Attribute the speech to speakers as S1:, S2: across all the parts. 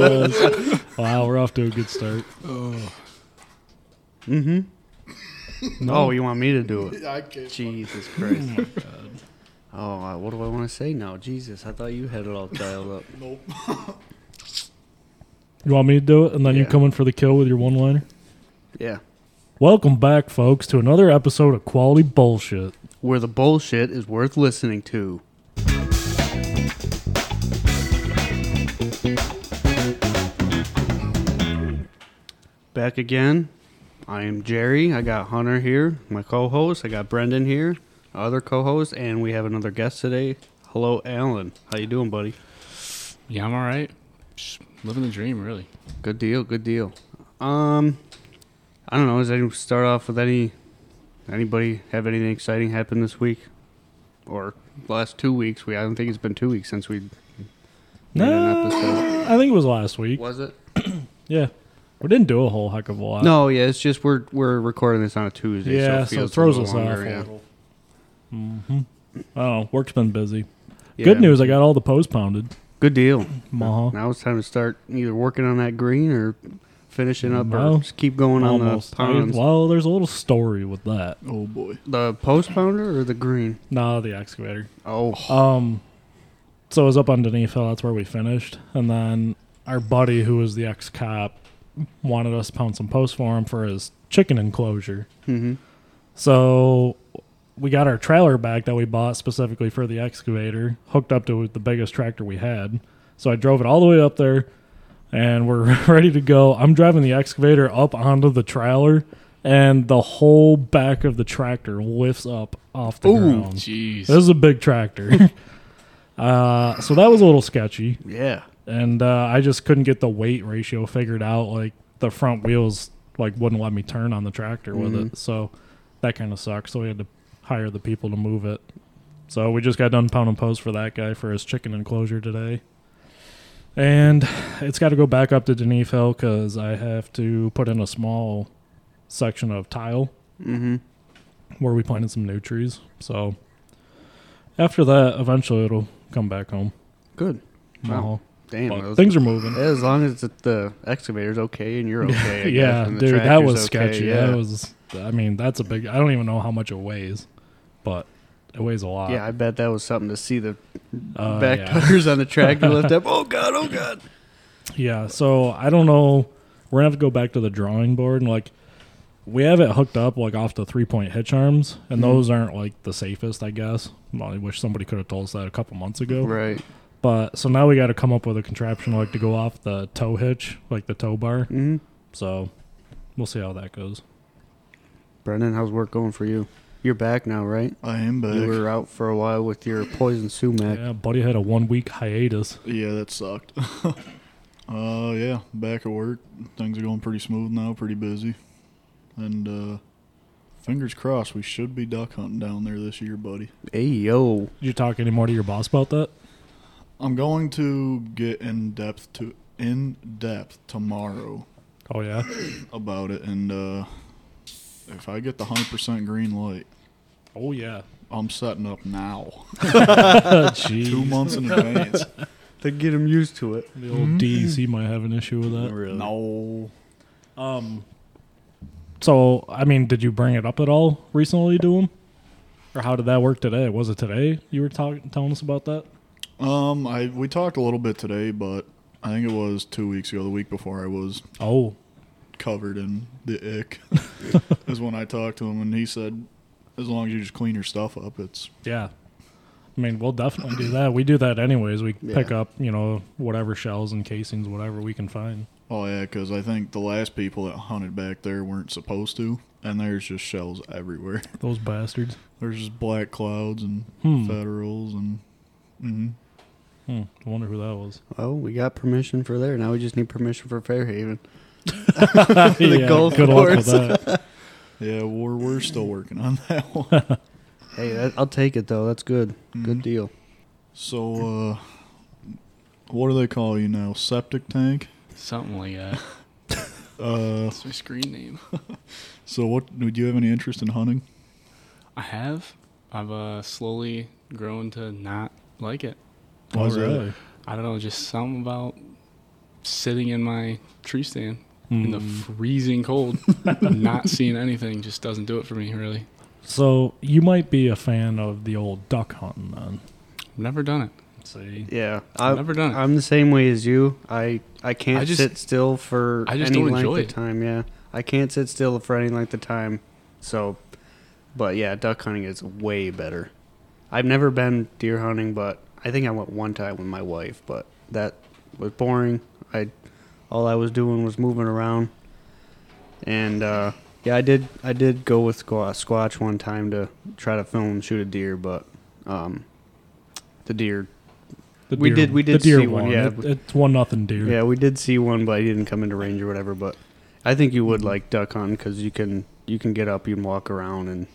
S1: was. wow, we're off to a good start.
S2: Oh, you want me to do it?
S3: I can't.
S2: Jesus Christ. Oh, I- what do I want to say now? Jesus, I thought you had it all dialed up.
S3: Nope.
S1: You want me to do it, and then you
S2: Yeah.
S1: come in for the kill with your one-liner.
S2: Yeah.
S1: Welcome back, folks, to another episode of Quality Bullshit.
S2: Where the bullshit is worth listening to. Back again. I am Jerry. I got Hunter here, my co host. I got Brendan here, our other co host, and we have another guest today. Hello, Alan. How you doing, buddy?
S4: Yeah, I'm all right. Just living the dream, really.
S2: Good deal. Good deal. Um, I don't know. Does anyone start off with any? Anybody have anything exciting happen this week, or last two weeks? We I don't think it's been two weeks since we made
S1: Nah.
S2: an episode.
S1: I think it was last week.
S2: Was it?
S1: Yeah, we didn't do a whole heck of a lot.
S2: No. Yeah. It's just we're we're recording this on a Tuesday.
S1: Uh, Yeah,
S2: so it,
S1: so it
S2: feels a
S1: throws
S2: little
S1: us
S2: longer,
S1: off a
S2: yeah.
S1: little. Mm-hmm. Oh, work's been busy.
S2: Yeah.
S1: Good news, I got all the posts pounded. Uh-huh.
S2: Good deal.
S1: Maha.
S2: Now it's time to start either working on that green or finishing up,
S1: No.
S2: or just keep going
S1: Almost.
S2: on the ponds.
S1: well, there's a little story with that.
S4: Oh boy.
S2: The post pounder or the green?
S1: Nah, the excavator.
S2: Oh,
S1: Um, so it was up on Denifil. That's where we finished, and then our buddy, who was the ex cop, wanted us to pound some posts for him for his chicken enclosure.
S2: mhm.
S1: So we got our trailer back that we bought specifically for the excavator, hooked up to the biggest tractor we had. So I drove it all the way up there, and we're ready to go. I'm driving the excavator up onto the trailer, and the whole back of the tractor lifts up off the
S3: Oh,
S1: ground.
S4: Jeez.
S1: This is a big tractor. uh, so that was a little sketchy,
S2: yeah.
S1: and uh, I just couldn't get the weight ratio figured out. Like the front wheels like wouldn't let me turn on the tractor with it, so that kind of sucks. So we had to hire the people to move it. So we just got done pound and post for that guy for his chicken enclosure today. And it's got to go back up to Denise Hill because I have to put in a small section of tile
S2: Mm-hmm.
S1: where we planted some new trees. So after that, eventually it'll come back home.
S2: Good. Wow.
S1: Mahal.
S2: Damn.
S1: But
S2: that was-
S1: uh, things are moving.
S2: As long as the, the excavator's okay and you're okay. I
S1: yeah,
S2: guess, and the
S1: dude, that
S2: tractor's
S1: was
S2: okay,
S1: sketchy.
S2: Yeah.
S1: That was. I mean, that's a big. I don't even know how much it weighs, but it weighs a lot.
S2: yeah, I bet that was something to see the
S1: Uh,
S2: back
S1: yeah.
S2: tires on the tractor lift up. Oh god, oh god.
S1: Yeah, so I don't know. We're gonna have to go back to the drawing board and like we have it hooked up like off the three point hitch arms, and
S2: Mm-hmm.
S1: those aren't like the safest, I guess. Well, I wish somebody could have told us that a couple months ago.
S2: Right.
S1: But so now we got to come up with a contraption like to go off the tow hitch, like the tow bar.
S2: hmm
S1: So we'll see how that goes.
S2: Brendan, how's work going for you? You're back now, right?
S3: I am
S2: You
S3: back.
S2: were out for a while with your poison sumac.
S1: Yeah, buddy had a one week hiatus.
S3: Yeah, that sucked. uh, yeah, back at work. Things are going pretty smooth now. Pretty busy, and uh, fingers crossed we should be duck hunting down there this year, buddy.
S2: Hey yo.
S1: Did you talk any more to your boss about that?
S3: I'm going to get in depth to in depth tomorrow
S1: Oh yeah,
S3: about it, and uh, if I get the hundred percent green light,
S1: oh yeah.
S3: I'm setting up now, two
S1: Jeez,
S3: months in advance.
S2: To get him used to it.
S1: the old DEC E might have an issue with that.
S2: Really?
S3: No,
S1: Um. So I mean, did you bring it up at all recently to him, or how did that work today? Was it today you were talking telling us about that?
S3: Um, I we talked a little bit today, but I think it was two weeks ago, the week before I was
S1: Oh,
S3: covered in the ick. is when I talked to him, and he said, "As long as you just clean your stuff up, it's
S1: Yeah. I mean, we'll definitely do that. We do that anyways. We
S2: Yeah.
S1: pick up, you know, whatever shells and casings, whatever we can find.
S3: oh yeah." Because I think the last people that hunted back there weren't supposed to, and there's just shells everywhere.
S1: Those bastards.
S3: there's just black clouds and
S1: Hmm.
S3: federals and. hmm
S1: Hmm. I wonder who that was.
S2: Well, we got permission for there. Now we just need permission for Fairhaven.
S1: yeah,
S2: golf
S1: good luck with
S2: course.
S1: that.
S3: Yeah, we're we're still working on that one.
S2: Hey, that, I'll take it though. That's good. Good
S1: Mm-hmm.
S3: Mhm.
S2: deal.
S3: So, uh, what do they call you now? Septic tank.
S4: Something like that.
S3: Uh,
S4: That's my screen name.
S3: So what would you have any interest in hunting?
S4: I have. I've uh, slowly grown to not like it.
S1: Oh,
S3: Was it-
S1: really?
S4: I don't know, just something about sitting in my tree stand in the
S1: Mm.
S4: freezing cold, not seeing anything, just doesn't do it for me. Really,
S1: So you might be a fan of the old duck hunting then.
S4: I've never done it.
S1: See,
S2: Yeah,
S4: I've
S2: I,
S4: never done it.
S2: I'm the same way as you. I I can't
S4: I just-
S2: sit still for
S4: I just
S2: any
S4: don't
S2: length
S4: enjoy
S2: of
S4: it.
S2: time. Yeah, I can't sit still for any length of time. So, but yeah, duck hunting is way better. I've never been deer hunting, but I think I went one time with my wife, but that was boring. I all I was doing was moving around, and uh, yeah, I did I did go with Squaw- Squatch one time to try to film and shoot a deer, but um, the deer
S1: the
S2: We did- we
S1: the
S2: did
S1: deer
S2: see one, yeah.
S1: It- it's one nothing deer.
S2: Yeah, we did see one, but he didn't come into range or whatever. But I think you would like duck hunting because you can you can get up, you can walk around, and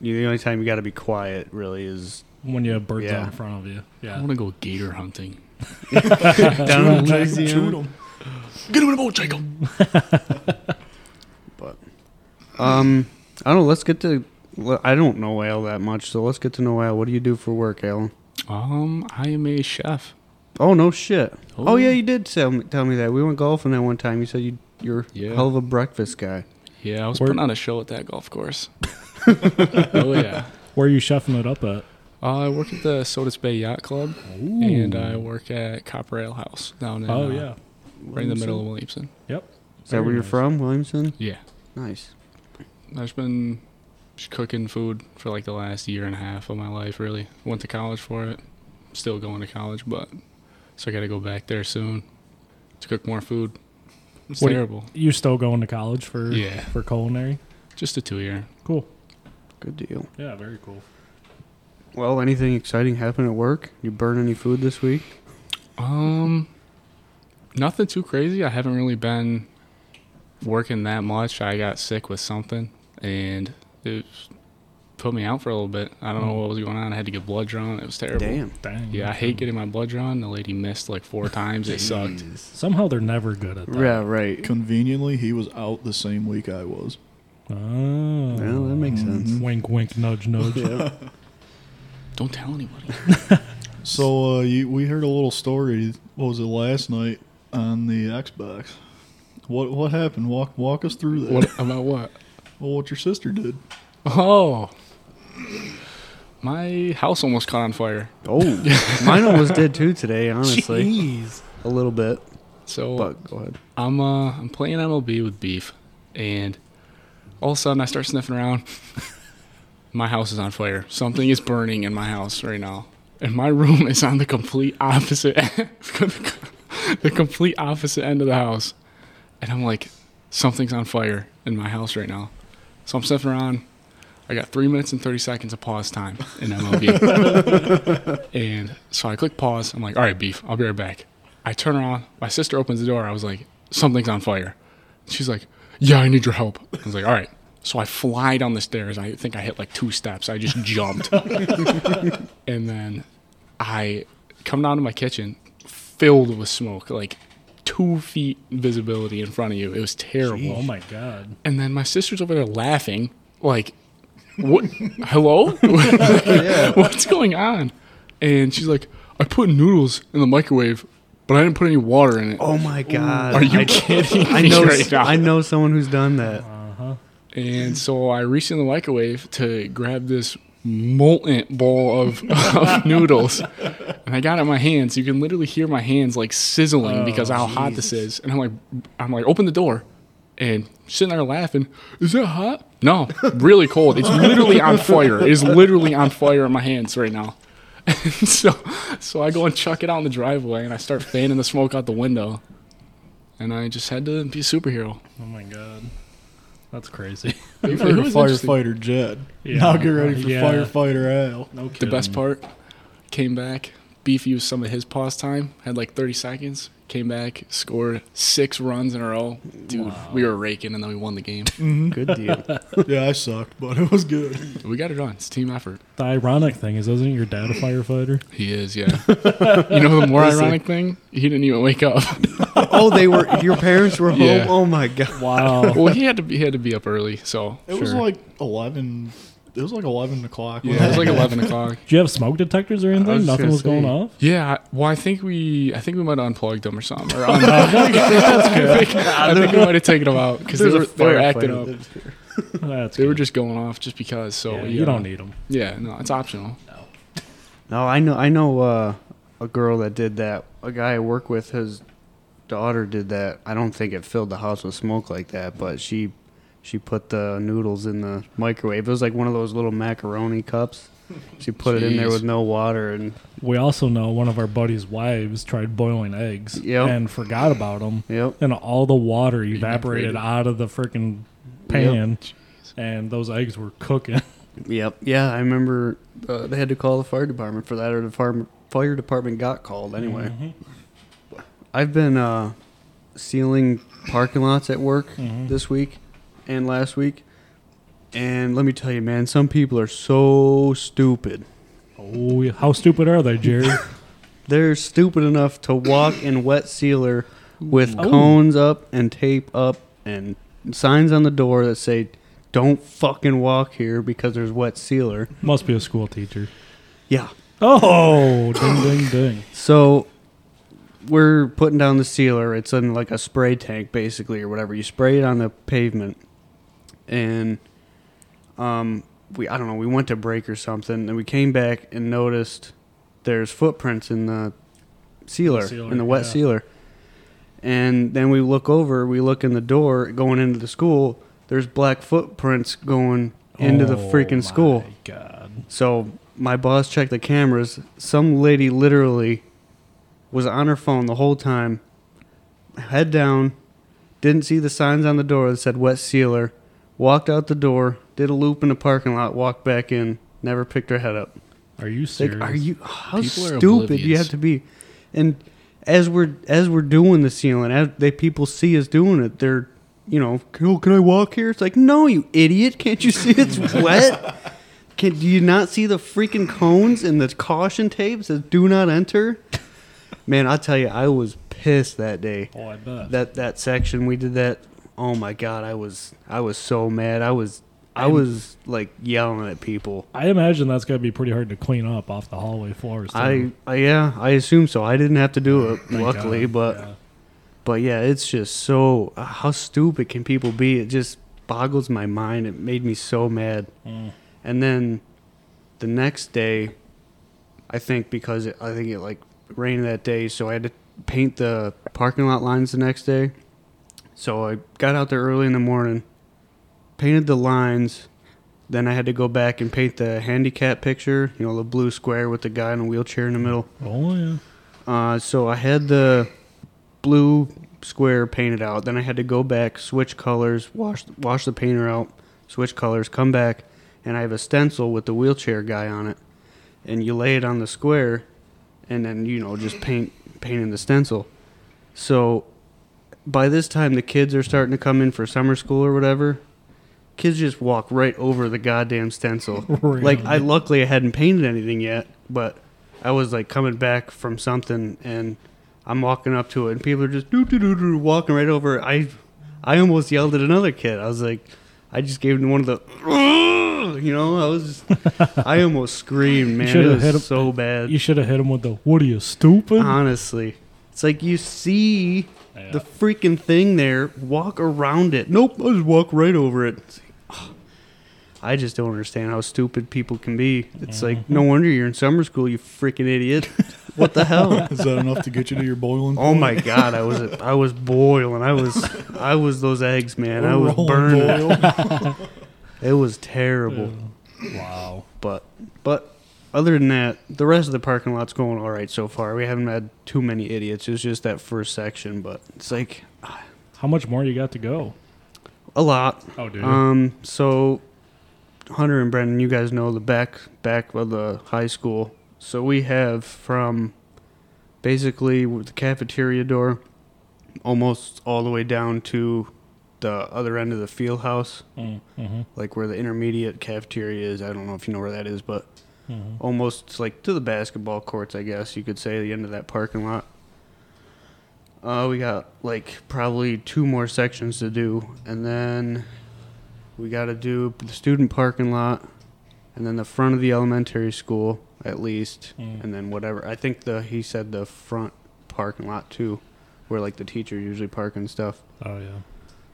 S2: you, the only time you got to be quiet really is
S1: when you have birds
S2: Yeah.
S1: out in front of you.
S4: I
S1: Yeah,
S4: want to go gator hunting.
S2: down in
S1: Shoot
S2: Louisiana.
S1: 'em.
S4: Get him in a boat, Jacob.
S2: But um, I don't. know, Let's get to. well, I don't know Al that much, so let's get to know Al. What do you do for work, Alan?
S4: Um, I am a chef.
S2: Oh no shit! Oh,
S4: Oh.
S2: yeah, you did tell me, tell me that. We went golfing that one time. You said you you're
S4: Yeah.
S2: a hell of a breakfast guy.
S4: Yeah, I was
S1: Where-
S4: putting on a show at that golf course. oh yeah.
S1: Where are you chefing it up at?
S4: Uh, I work at the Sodas Bay Yacht Club, and I work at Copper Ale House down in
S1: oh
S4: uh,
S1: yeah,
S4: right in the middle of Williamson.
S2: Is that where
S1: Very
S2: you're
S1: nice.
S2: from, Williamson?
S4: Yeah,
S2: Nice.
S4: I've just been just cooking food for like the last year and a half of my life. Really, went to college for it. Still going to college, but so I got to go back there soon to cook more food. It's
S1: What do you-
S4: terrible.
S1: You still going to college for
S4: Yeah.
S1: for culinary?
S4: Just a two year.
S1: Cool.
S2: Good deal.
S1: Yeah, very cool.
S2: Well, anything exciting happen at work? You burn any food this week?
S4: Um, nothing too crazy. I haven't really been working that much. I got sick with something, and it put me out for a little bit. I don't know what was going on. I had to get blood drawn. It was terrible.
S2: Mm. Damn.
S1: Dang.
S4: Yeah, I hate getting my blood drawn. The lady missed like four times. It sucked.
S1: Somehow they're never good at that.
S2: Yeah, right.
S3: Conveniently, he was out the same week I was.
S1: Oh.
S2: Well, that makes sense.
S1: Wink, wink, nudge, nudge.
S2: Yeah.
S4: Don't tell anybody.
S3: So uh, you, we heard a little story. What was it last night on the Xbox? What what happened? Walk walk us through that.
S4: what about what?
S3: Well, what your sister did?
S4: Oh, my house almost caught on fire.
S2: Oh, mine almost did too today, honestly. A little bit,
S4: So
S2: but go ahead.
S4: I'm uh I'm playing MLB with Beef, and all of a sudden I start sniffing around. my house is on fire. Something is burning in my house right now, and my room is on the complete opposite, the complete opposite end of the house, and I'm like, something's on fire in my house right now. So I'm sniffing around. I got three minutes and thirty seconds of pause time in MLB, and so I click pause. I'm like, all right, Beef, I'll be right back. I turn around. My sister opens the door. I was like, something's on fire. She's like, yeah, I need your help. I was like, all right. So I fly down the stairs. I think I hit like two steps. I just jumped. and then I come down to my kitchen filled with smoke, like two feet visibility in front of you. It was terrible.
S1: Oh my god.
S4: And then my sister's over there laughing, like, what? Hello? What's going on? And she's like, I put noodles in the microwave, but I didn't put any water in it.
S2: Oh my god.
S4: Are you
S2: I,
S4: kidding
S2: I
S4: me
S2: know
S4: right now?
S2: I know someone who's done that.
S4: And so I reached in the microwave to grab this molten bowl of, of noodles, and I got it in my hands. You can literally hear my hands like sizzling because of how hot this is. And I'm like, I'm like, open the door, and sitting there laughing. Is it hot? No, really cold. It's literally on fire. It is literally on fire in my hands right now. And so, so I go and chuck it out in the driveway, and I start fanning the smoke out the window. And I just had to be a superhero.
S1: Oh my god. That's crazy.
S3: You
S4: It
S3: heard of
S4: was interesting.
S3: firefighter Jed.
S1: Yeah.
S3: Now get ready for
S1: Yeah.
S3: firefighter Al.
S1: No
S4: The
S1: kidding.
S4: best part, came back. Beef used some of his pause time, had like 30 seconds, came back, scored six runs in a row. Dude, we were raking and then we won the game.
S2: Good deal.
S3: yeah, I sucked, but it was good.
S4: we got it done. It's team effort.
S1: The ironic thing is, isn't your dad a firefighter?
S4: He is, yeah. you know the more ironic thing? He didn't even wake up.
S2: oh, they were your parents were home.
S4: Yeah.
S2: Oh my god.
S1: Wow.
S4: well, he had to be he had to be up early, so
S3: It was
S1: Sure.
S3: like eleven it was like eleven o'clock.
S4: Yeah, it was like eleven o'clock.
S1: Do you have smoke detectors or
S2: I
S1: anything?
S2: was
S1: Nothing
S2: gonna
S1: was going
S2: say.
S1: off.
S4: Yeah, I- well, I think we, I think we might have unplugged them or something. Or un- I think, I think we might have taken them out because they
S2: There's a
S4: were, they were acting
S2: firefighter.
S4: up.
S1: That's
S4: They were
S1: good.
S4: just going off just because. So
S1: Yeah,
S4: yeah,
S1: you don't need them.
S4: Yeah, no, it's optional.
S2: No, I know. I know uh, a girl that did that. A guy I work with, his daughter did that. I don't think it filled the house with smoke like that, but she she put the noodles in the microwave. It was like one of those little macaroni cups. She put it in there
S4: Jeez.
S2: with no water, and
S1: We also know one of our buddies' wives tried boiling eggs
S2: Yep.
S1: and forgot about them,
S2: yep,
S1: and all the water evaporated,
S4: Evaporated.
S1: out of the freaking pan, and those eggs were cooking.
S2: yep, yeah. I remember uh, they had to call the fire department for that, or the fire fire department got called anyway. I've been uh, sealing parking lots at work
S1: Mhm.
S2: this week and last week. And let me tell you, man, some people are so stupid.
S1: Oh, yeah. how stupid are they, Jerry?
S2: They're stupid enough to walk in wet sealer with
S1: Ooh.
S2: cones up and tape up and signs on the door that say, don't fucking walk here because there's wet sealer.
S1: Must be a school teacher.
S2: Yeah.
S1: Oh, ding, ding, ding.
S2: So we're putting down the sealer. It's in like a spray tank, basically, or whatever. You spray it on the pavement, and um, we I don't know. We went to break or something, and we came back and noticed there's footprints in the sealer,
S1: sealer,
S2: in the wet
S1: yeah.
S2: sealer. And then we look over. We look in the door going into the school. There's black footprints going into the
S1: Oh,
S2: freaking
S1: my
S2: school.
S1: God.
S2: So my boss checked the cameras. Some lady literally was on her phone the whole time, head down, didn't see the signs on the door that said wet sealer, walked out the door, did a loop in the parking lot, walked back in, never picked her head up.
S1: Are you serious?
S2: Like, are you how
S4: People are
S2: stupid you have
S4: oblivious.
S2: to be? And as we're as we're doing the ceiling, as they people see us doing it, they're you know, oh, can I walk here? It's like, no, you idiot! Can't you see it's wet? Can do you not see the freaking cones and the caution tapes that do not enter? Man, I tell you, I was pissed that day.
S1: Oh, I bet.
S2: That that section we did that. Oh my god, I was I was so mad. I was I was like yelling at people.
S1: I imagine that's got to be pretty hard to clean up off the hallway floors. too.
S2: I, I yeah, I assume so. I didn't have to do it,
S1: Thank
S2: luckily,
S1: God.
S2: but
S1: Yeah.
S2: but yeah, it's just so uh, how stupid can people be? It just boggles my mind. It made me so mad.
S1: Mm.
S2: And then the next day, I think because it, I think it like rained that day, so I had to paint the parking lot lines the next day. So I got out there early in the morning, painted the lines. Then I had to go back and paint the handicap picture, you know, the blue square with the guy in a wheelchair in the middle.
S1: Oh yeah.
S2: Uh, so I had the blue square painted out. Then I had to go back, switch colors, wash wash the painter out, switch colors, come back, and I have a stencil with the wheelchair guy on it. And you lay it on the square, and then you know just paint painting the stencil. So by this time the kids are starting to come in for summer school or whatever. Kids just walk right over the goddamn stencil. Like I luckily I hadn't painted anything yet, but I was like coming back from something and I'm walking up to it and people are just doo doo doo doo walking right over. it. I I almost yelled at another kid. I was like I just gave him one of the you know, I was just I almost screamed, man. It
S1: should've
S2: was
S1: hit him-
S2: so bad.
S1: you should have hit him with the "What are you stupid?"
S2: Uh-huh. Honestly. It's like you see
S1: Yeah.
S2: the freaking thing there, walk around it. Nope, I just walk right over it. It's like, ugh. I just don't understand how stupid people can be. It's like no wonder you're in summer school, you freaking idiot. What the hell?
S3: Is that enough to get you to your boiling?
S2: Oh
S3: point?
S2: my god, I was I was boiling. I was I was those eggs, man. I was
S3: Rolling
S2: burning.
S3: boil.
S2: It was terrible.
S1: wow.
S2: But but other than that, the rest of the parking lot's going all right so far. We haven't had too many idiots. It's just that first section, but it's like
S1: How much more you got to go?
S2: a lot.
S1: Oh, dude.
S2: Um, so Hunter and Brendan, you guys know the back back of the high school. So we have from basically with the cafeteria door almost all the way down to the other end of the field house,
S1: mm-hmm.
S2: like where the intermediate cafeteria is. I don't know if you know where that is, but
S1: hmm
S2: almost like to the basketball courts, I guess you could say, the end of that parking lot. Uh, we got like probably two more sections to do, and then we got to do the student parking lot, and then the front of the elementary school at least,
S1: Mm.
S2: and then whatever. I think the he said the front parking lot too, where like the teachers usually park and stuff.
S1: Oh yeah.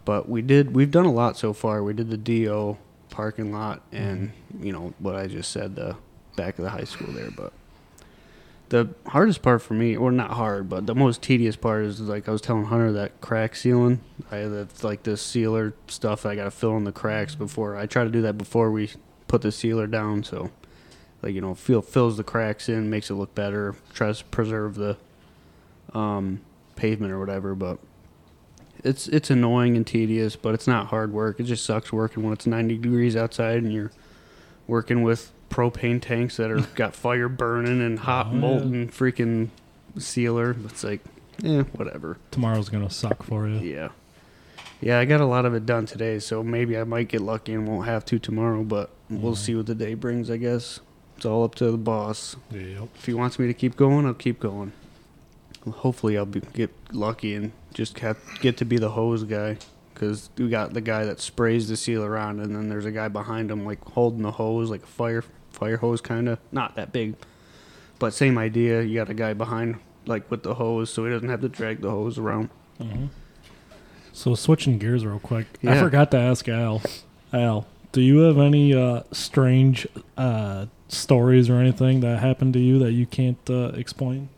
S2: But we did we've done a lot so far. We did the DO parking lot and you know what I just said the back of the high school there, but the hardest part for me, or not hard, but the most tedious part is like I was telling Hunter that crack sealing. I that's like this sealer stuff. I gotta fill in the cracks before I try to do that before we put the sealer down. So, like you know, feel fills the cracks in, makes it look better, tries to preserve the um, pavement or whatever. But it's it's annoying and tedious, but it's not hard work. It just sucks working when it's 90 degrees outside and you're working with propane tanks that are got fire burning and hot
S1: Oh, yeah.
S2: molten freaking sealer. It's like, eh, whatever.
S1: Tomorrow's gonna suck for you.
S2: Yeah. Yeah, I got a lot of it done today, so maybe I might get lucky and won't have to tomorrow, but we'll
S1: Mhm.
S2: see what the day brings, I guess. It's all up to the boss.
S1: Yep.
S2: If he wants me to keep going, I'll keep going. Hopefully, I'll be, get lucky and just have, get to be the hose guy. Because we got the guy that sprays the seal around, and then there's a guy behind him, like holding the hose, like a fire fire hose, kind of. Not that big, but same idea. You got a guy behind, like with the hose, so he doesn't have to drag the hose around.
S1: Mm-hmm. So switching gears real quick, I
S2: Yeah.
S1: forgot to ask Al. Al, do you have any uh, strange uh, stories or anything that happened to you that you can't uh, explain?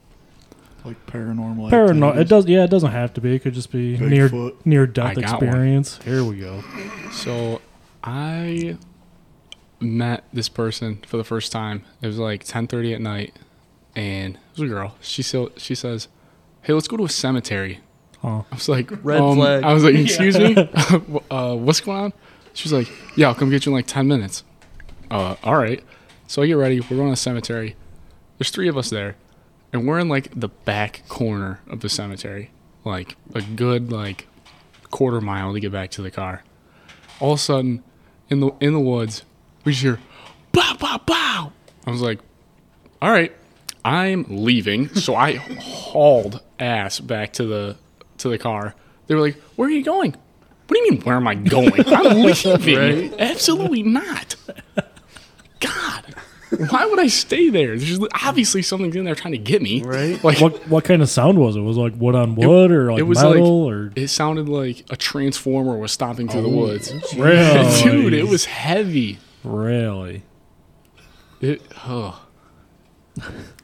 S3: Like paranormal.
S1: Parano- It
S3: activities.
S1: does. Yeah, it doesn't have to be. It could just be near
S3: Bigfoot.
S1: near
S4: I
S1: death
S4: got one.
S1: experience. Here we go.
S4: So I met this person for the first time. It was like 10:30 at night and it was a girl. She still she says, "Hey, let's go to a cemetery."
S1: Huh.
S4: I was like,
S2: Red
S4: um,
S2: flag.
S4: I was like, "Excuse me? uh, what's going on?" She was like, "Yeah, I'll come get you in like 10 minutes." Uh, all right. So I get ready. We're going to the cemetery. There's three of us there, and we're in like the back corner of the cemetery, like a good like quarter mile to get back to the car. All of a sudden, in the in the woods, we just hear bow bow bow. I was like, all right, I'm leaving. So I hauled ass back to the to the car. They were like, where are you going? What do you mean where am I going? I'm leaving. Absolutely not. God. Why would I stay there? There's just obviously something's in there trying to get me.
S2: Right.
S4: Like
S1: What what kind of sound was it? Was it like wood on wood or like
S4: it was
S1: metal
S4: like
S1: or Oh.
S4: it sounded like a transformer was stomping through the woods.
S1: really?
S4: Dude, it was heavy.
S1: really.
S4: It, oh.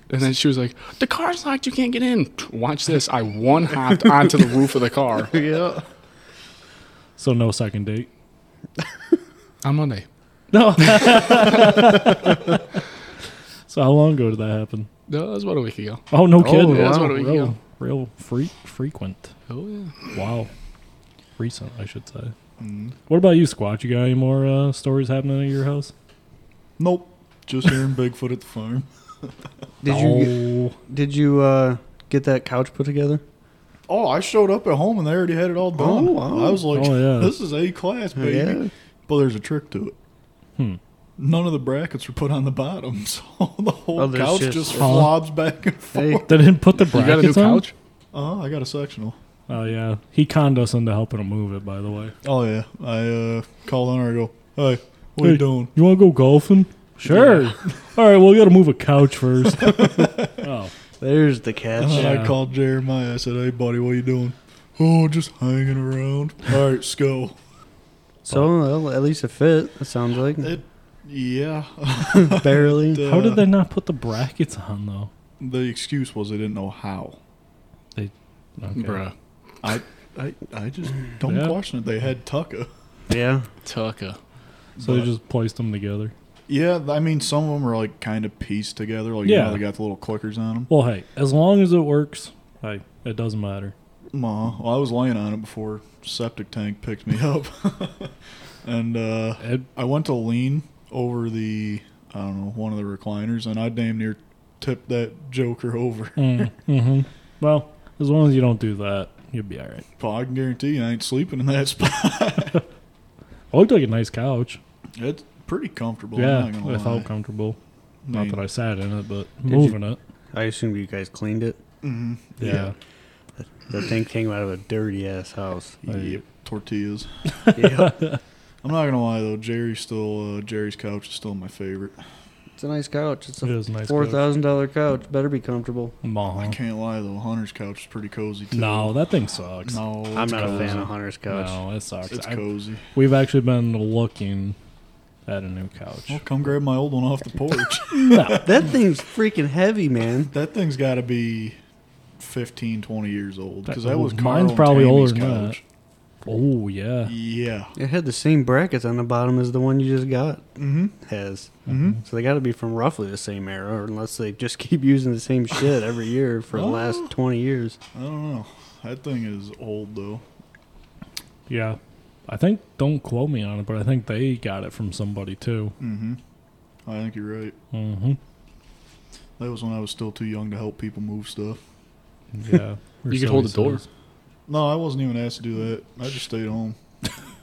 S4: And then she was like, "The car's locked. You can't get in." Watch this. I one hopped onto the roof of the car
S2: Yeah.
S1: So no second date.
S4: on Monday.
S1: No. so how long ago did that happen?
S4: That was about a week ago.
S1: Oh no, kidding!
S2: yeah, that's
S1: Wow,
S4: what we
S1: real,
S4: hear.
S1: real freak, frequent.
S4: Oh yeah.
S1: Wow, recent, I should say.
S4: Mm-hmm.
S1: What about you, Squatch? You got any more uh, stories happening at your house?
S3: Nope. Just hearing Bigfoot at the farm.
S2: Did
S1: Oh.
S2: you get- did you uh, get that couch put together?
S3: Oh, I showed up at home and they already had it all done.
S2: Oh, wow.
S3: I was like,
S1: Oh, yeah.
S3: this is A class, baby.
S2: Yeah.
S3: But there's a trick to it.
S1: Hmm.
S3: None of the brackets were put on the bottom, so the whole
S2: Oh, there's
S3: couch
S2: just-
S3: just,
S2: Huh.
S3: flobs back and forth.
S2: Hey,
S1: They didn't put the
S4: You got a
S1: brackets
S4: new
S1: on?
S4: couch?
S3: Oh, I got a sectional.
S1: Oh yeah, he conned us into helping him move it. By the way,
S3: Oh yeah, I uh, call on her. I go, hey, what are
S1: Hey.
S3: you doing?
S1: you want to go golfing? Sure. All right, well, we got to move a couch first. oh,
S2: there's the
S3: And
S2: catch.
S3: then
S1: Yeah.
S3: I called Jeremiah. I said, hey, buddy, what are you doing? Oh, just hanging around. All right, sco.
S2: So well, at least it fit. It sounds like
S3: It, yeah. uh,
S2: barely.
S1: how did they not put the brackets on though?
S3: The excuse was they didn't know how.
S1: Okay.
S4: Bruh.
S3: I, I, I just don't
S1: Yeah.
S3: question it. They had Tucka.
S2: Yeah.
S4: Tucka.
S1: So they just placed them together.
S3: Yeah, I mean, some of them are like kind of pieced together. Like, yeah,
S1: Yeah.
S3: they got the little clickers on them.
S1: Well, hey, as long as it works, hey, it doesn't matter.
S3: Ma, well, I was laying on it before septic tank picked me up, and uh,
S1: It,
S3: I went to lean over the I don't know one of the recliners, and I damn near tipped that joker over.
S1: mm, hmm Well, as long as you don't do that, you'll be all right.
S3: But I can guarantee you, I ain't sleeping in that spot.
S1: It looked like a nice couch.
S3: It's pretty comfortable.
S1: yeah,
S3: I'm not gonna
S1: it felt
S3: lie.
S1: comfortable.
S3: I
S1: Not
S3: mean,
S1: that I sat in it, but
S2: you-
S1: moving it.
S2: I assume you guys cleaned it.
S3: mhm.
S1: Yeah.
S2: The thing came out of a dirty ass house.
S1: I-
S3: Yep, tortillas.
S2: yeah.
S3: I'm not gonna lie though, Jerry's still uh, Jerry's couch is still my favorite.
S2: It's a nice couch. It's
S1: It
S2: a
S1: is a nice.
S2: four
S1: Four
S2: thousand dollar couch. Better be comfortable.
S3: I
S1: thousand.
S3: can't lie though, Hunter's couch is pretty cozy too.
S1: Uh-huh. No, that thing sucks.
S3: no,
S2: I'm
S3: it's
S2: not a
S3: cozy.
S2: fan of Hunter's couch.
S1: No, it sucks.
S3: It's
S1: I-
S3: cozy.
S1: we've actually been looking at a new couch.
S3: Well, come grab my old one off the porch.
S2: That thing's freaking heavy, man.
S3: that thing's got to be 15, 20 years old because
S1: That-
S3: that was
S1: mine's
S3: Carl and
S1: probably
S3: Tammy's
S1: older than
S3: couch.
S1: Oh yeah,
S3: Yeah.
S2: It had the same brackets on the bottom as the one you just got
S3: Mm-hmm.
S2: has.
S3: Mm-hmm.
S2: So they got to be from roughly the same era, or unless they just keep using the same shit every year for the
S1: Oh.
S2: last twenty years.
S3: I don't know. That thing is old though.
S1: yeah. I think don't quote me on it, but I think they got it from somebody too.
S3: Mm-hmm. I think you're right.
S1: Mm-hmm.
S3: That was when I was still too young to help people move stuff.
S1: Yeah, Or
S4: You could hold the
S1: somebody
S4: door.
S1: says-
S3: No, I wasn't even asked to do that. I just stayed home.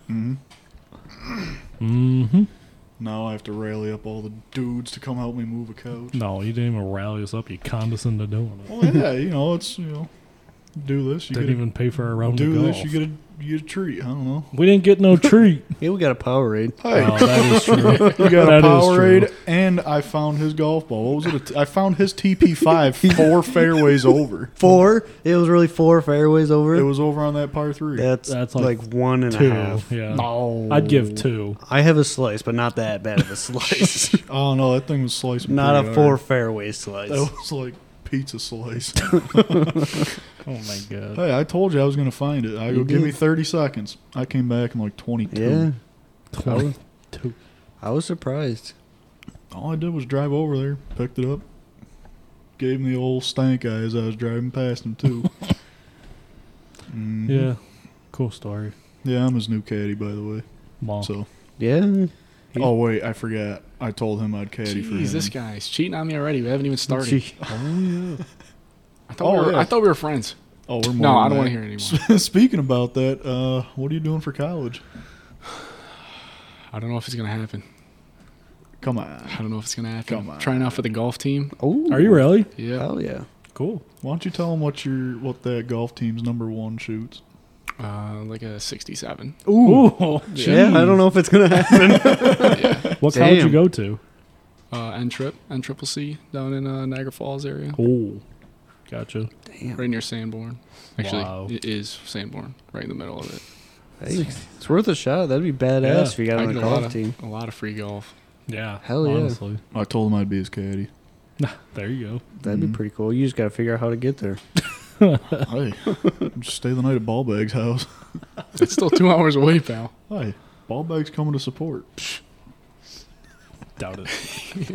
S3: mm-hmm.
S1: Mm-hmm.
S3: Now I have to rally up all the dudes to come help me move a couch.
S1: No, you didn't even rally us up. You condescended to doing it.
S3: Well, yeah, you know it's you know, do this, you
S1: didn't
S3: get
S1: even pay for a
S3: a,
S1: round of
S3: do
S1: Oh golf.
S3: this, you get a you get a treat. I don't know.
S1: we didn't get no treat.
S2: Yeah, we got a Powerade.
S3: Hey,
S1: Oh, that is true.
S3: you got
S1: that
S3: a
S1: is true.
S3: Powerade, and I found his golf ball. What was it? A t- I found his TP five four fairways over.
S2: Four. It was really four fairways over.
S3: It was over on that par three.
S2: that's
S1: That's like
S2: like, one and a half.
S1: two. Yeah.
S3: No,
S1: I'd give two.
S2: I have a slice, but not that bad of a slice.
S3: Oh no, that thing was sliced.
S2: not
S3: pretty
S2: a
S3: hard.
S2: four fairway slice.
S3: That was like pizza slice.
S1: Oh my god.
S3: hey, I told you I was gonna find it. I
S2: You
S3: go, give
S2: did.
S3: me thirty seconds. I came back in like twenty two.
S2: Yeah,
S1: Twenty two.
S2: I was surprised.
S3: All I did was drive over there, picked it up, gave him the old stank eye as I was driving past him too. Mhm.
S1: Yeah. Cool story.
S3: yeah, I'm his new caddy by the way.
S1: Mom.
S3: So,
S2: Yeah, He-
S3: oh wait, I forgot. I told him I'd caddy for him.
S4: Jeez, this guy's cheating on me already. We haven't even started.
S3: Oh yeah.
S4: I thought,
S3: Oh,
S4: we were,
S3: yeah.
S4: I thought we were friends.
S3: Oh, we're more
S4: No, I
S3: than
S4: don't want
S3: that.
S4: to hear it anymore.
S3: Speaking about that, uh, what are you doing for college?
S4: I don't know if it's gonna happen.
S3: Come on,
S4: I don't know if it's gonna happen.
S3: Come on.
S4: Trying out for the golf team.
S2: Oh,
S1: Are you really?
S4: Yeah.
S2: Hell yeah!
S1: Cool.
S3: why don't you tell him what your what that golf team's number one shoots?
S4: Uh, like a 67.
S1: Ooh.
S2: Yeah, I don't know if it's gonna happen.
S1: What college you
S2: Damn.
S1: go to?
S4: Uh, N trip, N triple C down in uh, Niagara Falls area,
S1: Oh. Gotcha.
S4: right near Sanborn. Actually,
S1: Wow.
S4: it is Sanborn, right in the middle of it.
S2: Hey, it's worth a shot. That'd be badass
S1: Yeah.
S2: if you got
S4: I
S2: on
S4: get
S2: a
S4: a lot
S2: golf
S4: of
S2: team.
S4: a lot of free golf.
S1: Yeah.
S2: Hell yeah.
S1: Honestly.
S3: I told him I'd be his caddy.
S1: There you Mm-hmm.
S2: That'd
S3: Mhm.
S2: be pretty cool. You just gotta figure out how to get there.
S3: hey, just stay the night at Ballbag's house.
S4: It's still two hours away, pal.
S3: Hey, Ballbag's coming to support.
S1: go. Doubt it.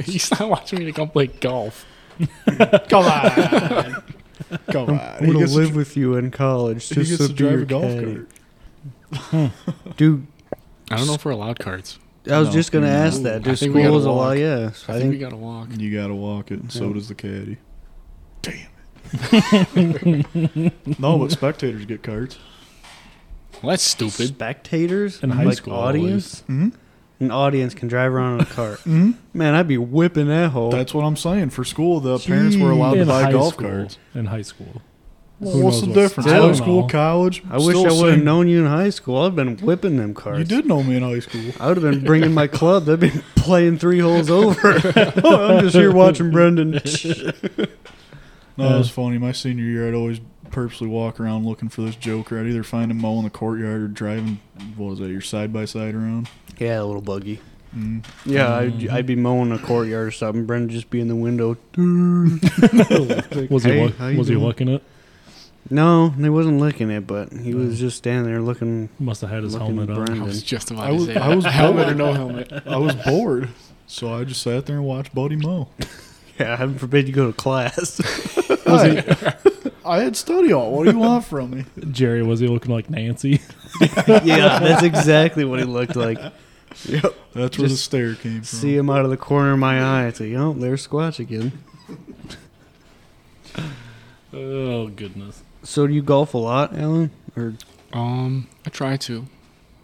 S4: He's not watching me to come play golf.
S3: Come on. Come on.
S2: I'm gonna live with you in college.
S3: he
S2: Just
S3: gets to drive a golf
S2: caddy.
S3: cart.
S2: dude.
S4: I don't know if we're allowed cards.
S2: I was
S3: No.
S2: just gonna ask
S4: Ooh,
S2: that.
S4: I
S2: Do
S4: think we gotta
S2: schools allow?
S4: walk.
S2: Yeah,
S4: I, think, we gotta walk.
S3: You got to walk it, and so does the caddy. Damn it. no, but spectators get carts.
S4: Well, that's stupid.
S2: spectators
S1: In high
S2: like
S1: school, at
S2: audience.
S3: Mm-hmm.
S2: An audience can drive around in a cart.
S3: Mm-hmm.
S2: Man, I'd be whipping that hole.
S3: That's what I'm saying. For school, the parents were allowed to
S1: In
S3: buy
S1: high
S3: golf
S1: school.
S3: carts.
S1: In high school. Who knows
S3: What's the
S1: what's-
S3: difference?
S1: I
S3: High
S1: don't
S3: school,
S1: know.
S3: college.
S2: I wish
S3: still
S2: I would have
S3: same.
S2: known you in high school. I've been whipping them carts.
S3: You did know me in high school.
S2: I would have been bringing my club. They've been playing three holes over. I'm just here watching Brendan.
S3: No, it was funny. My senior year, I'd always purposely walk around looking for this joker. I'd either find him mowing the courtyard or driving. What was that? Your side by side around.
S2: yeah, a little buggy.
S3: Mm.
S2: Yeah, I'd, I'd be mowing a courtyard or something. Brendan just be in the window.
S1: Was
S2: Hey,
S1: he
S2: how
S1: look,
S2: you
S1: was he
S2: doing?
S1: looking it?
S2: No, he wasn't licking it, but he was just standing there looking.
S1: Must have had his
S2: Looking
S1: helmet on.
S2: brown.
S4: I was just about
S3: I
S4: to
S3: was-
S4: say
S3: I
S4: that.
S3: was
S4: helmet or
S3: bored.
S4: no helmet.
S3: I was bored, so I just sat there and watched Buddy mow.
S2: Yeah, heaven forbid you go to class.
S3: Hey, I had study all. What do you want from me?
S1: Jerry, was he looking like Nancy?
S2: yeah, that's exactly what he looked like. Yep.
S3: That's where the
S2: Just
S3: stare came from.
S2: See him out of the corner of my eye. I say, oh, there's Squatch again.
S1: oh goodness.
S2: So do you golf a lot, Alan? Or
S4: Um, I try to.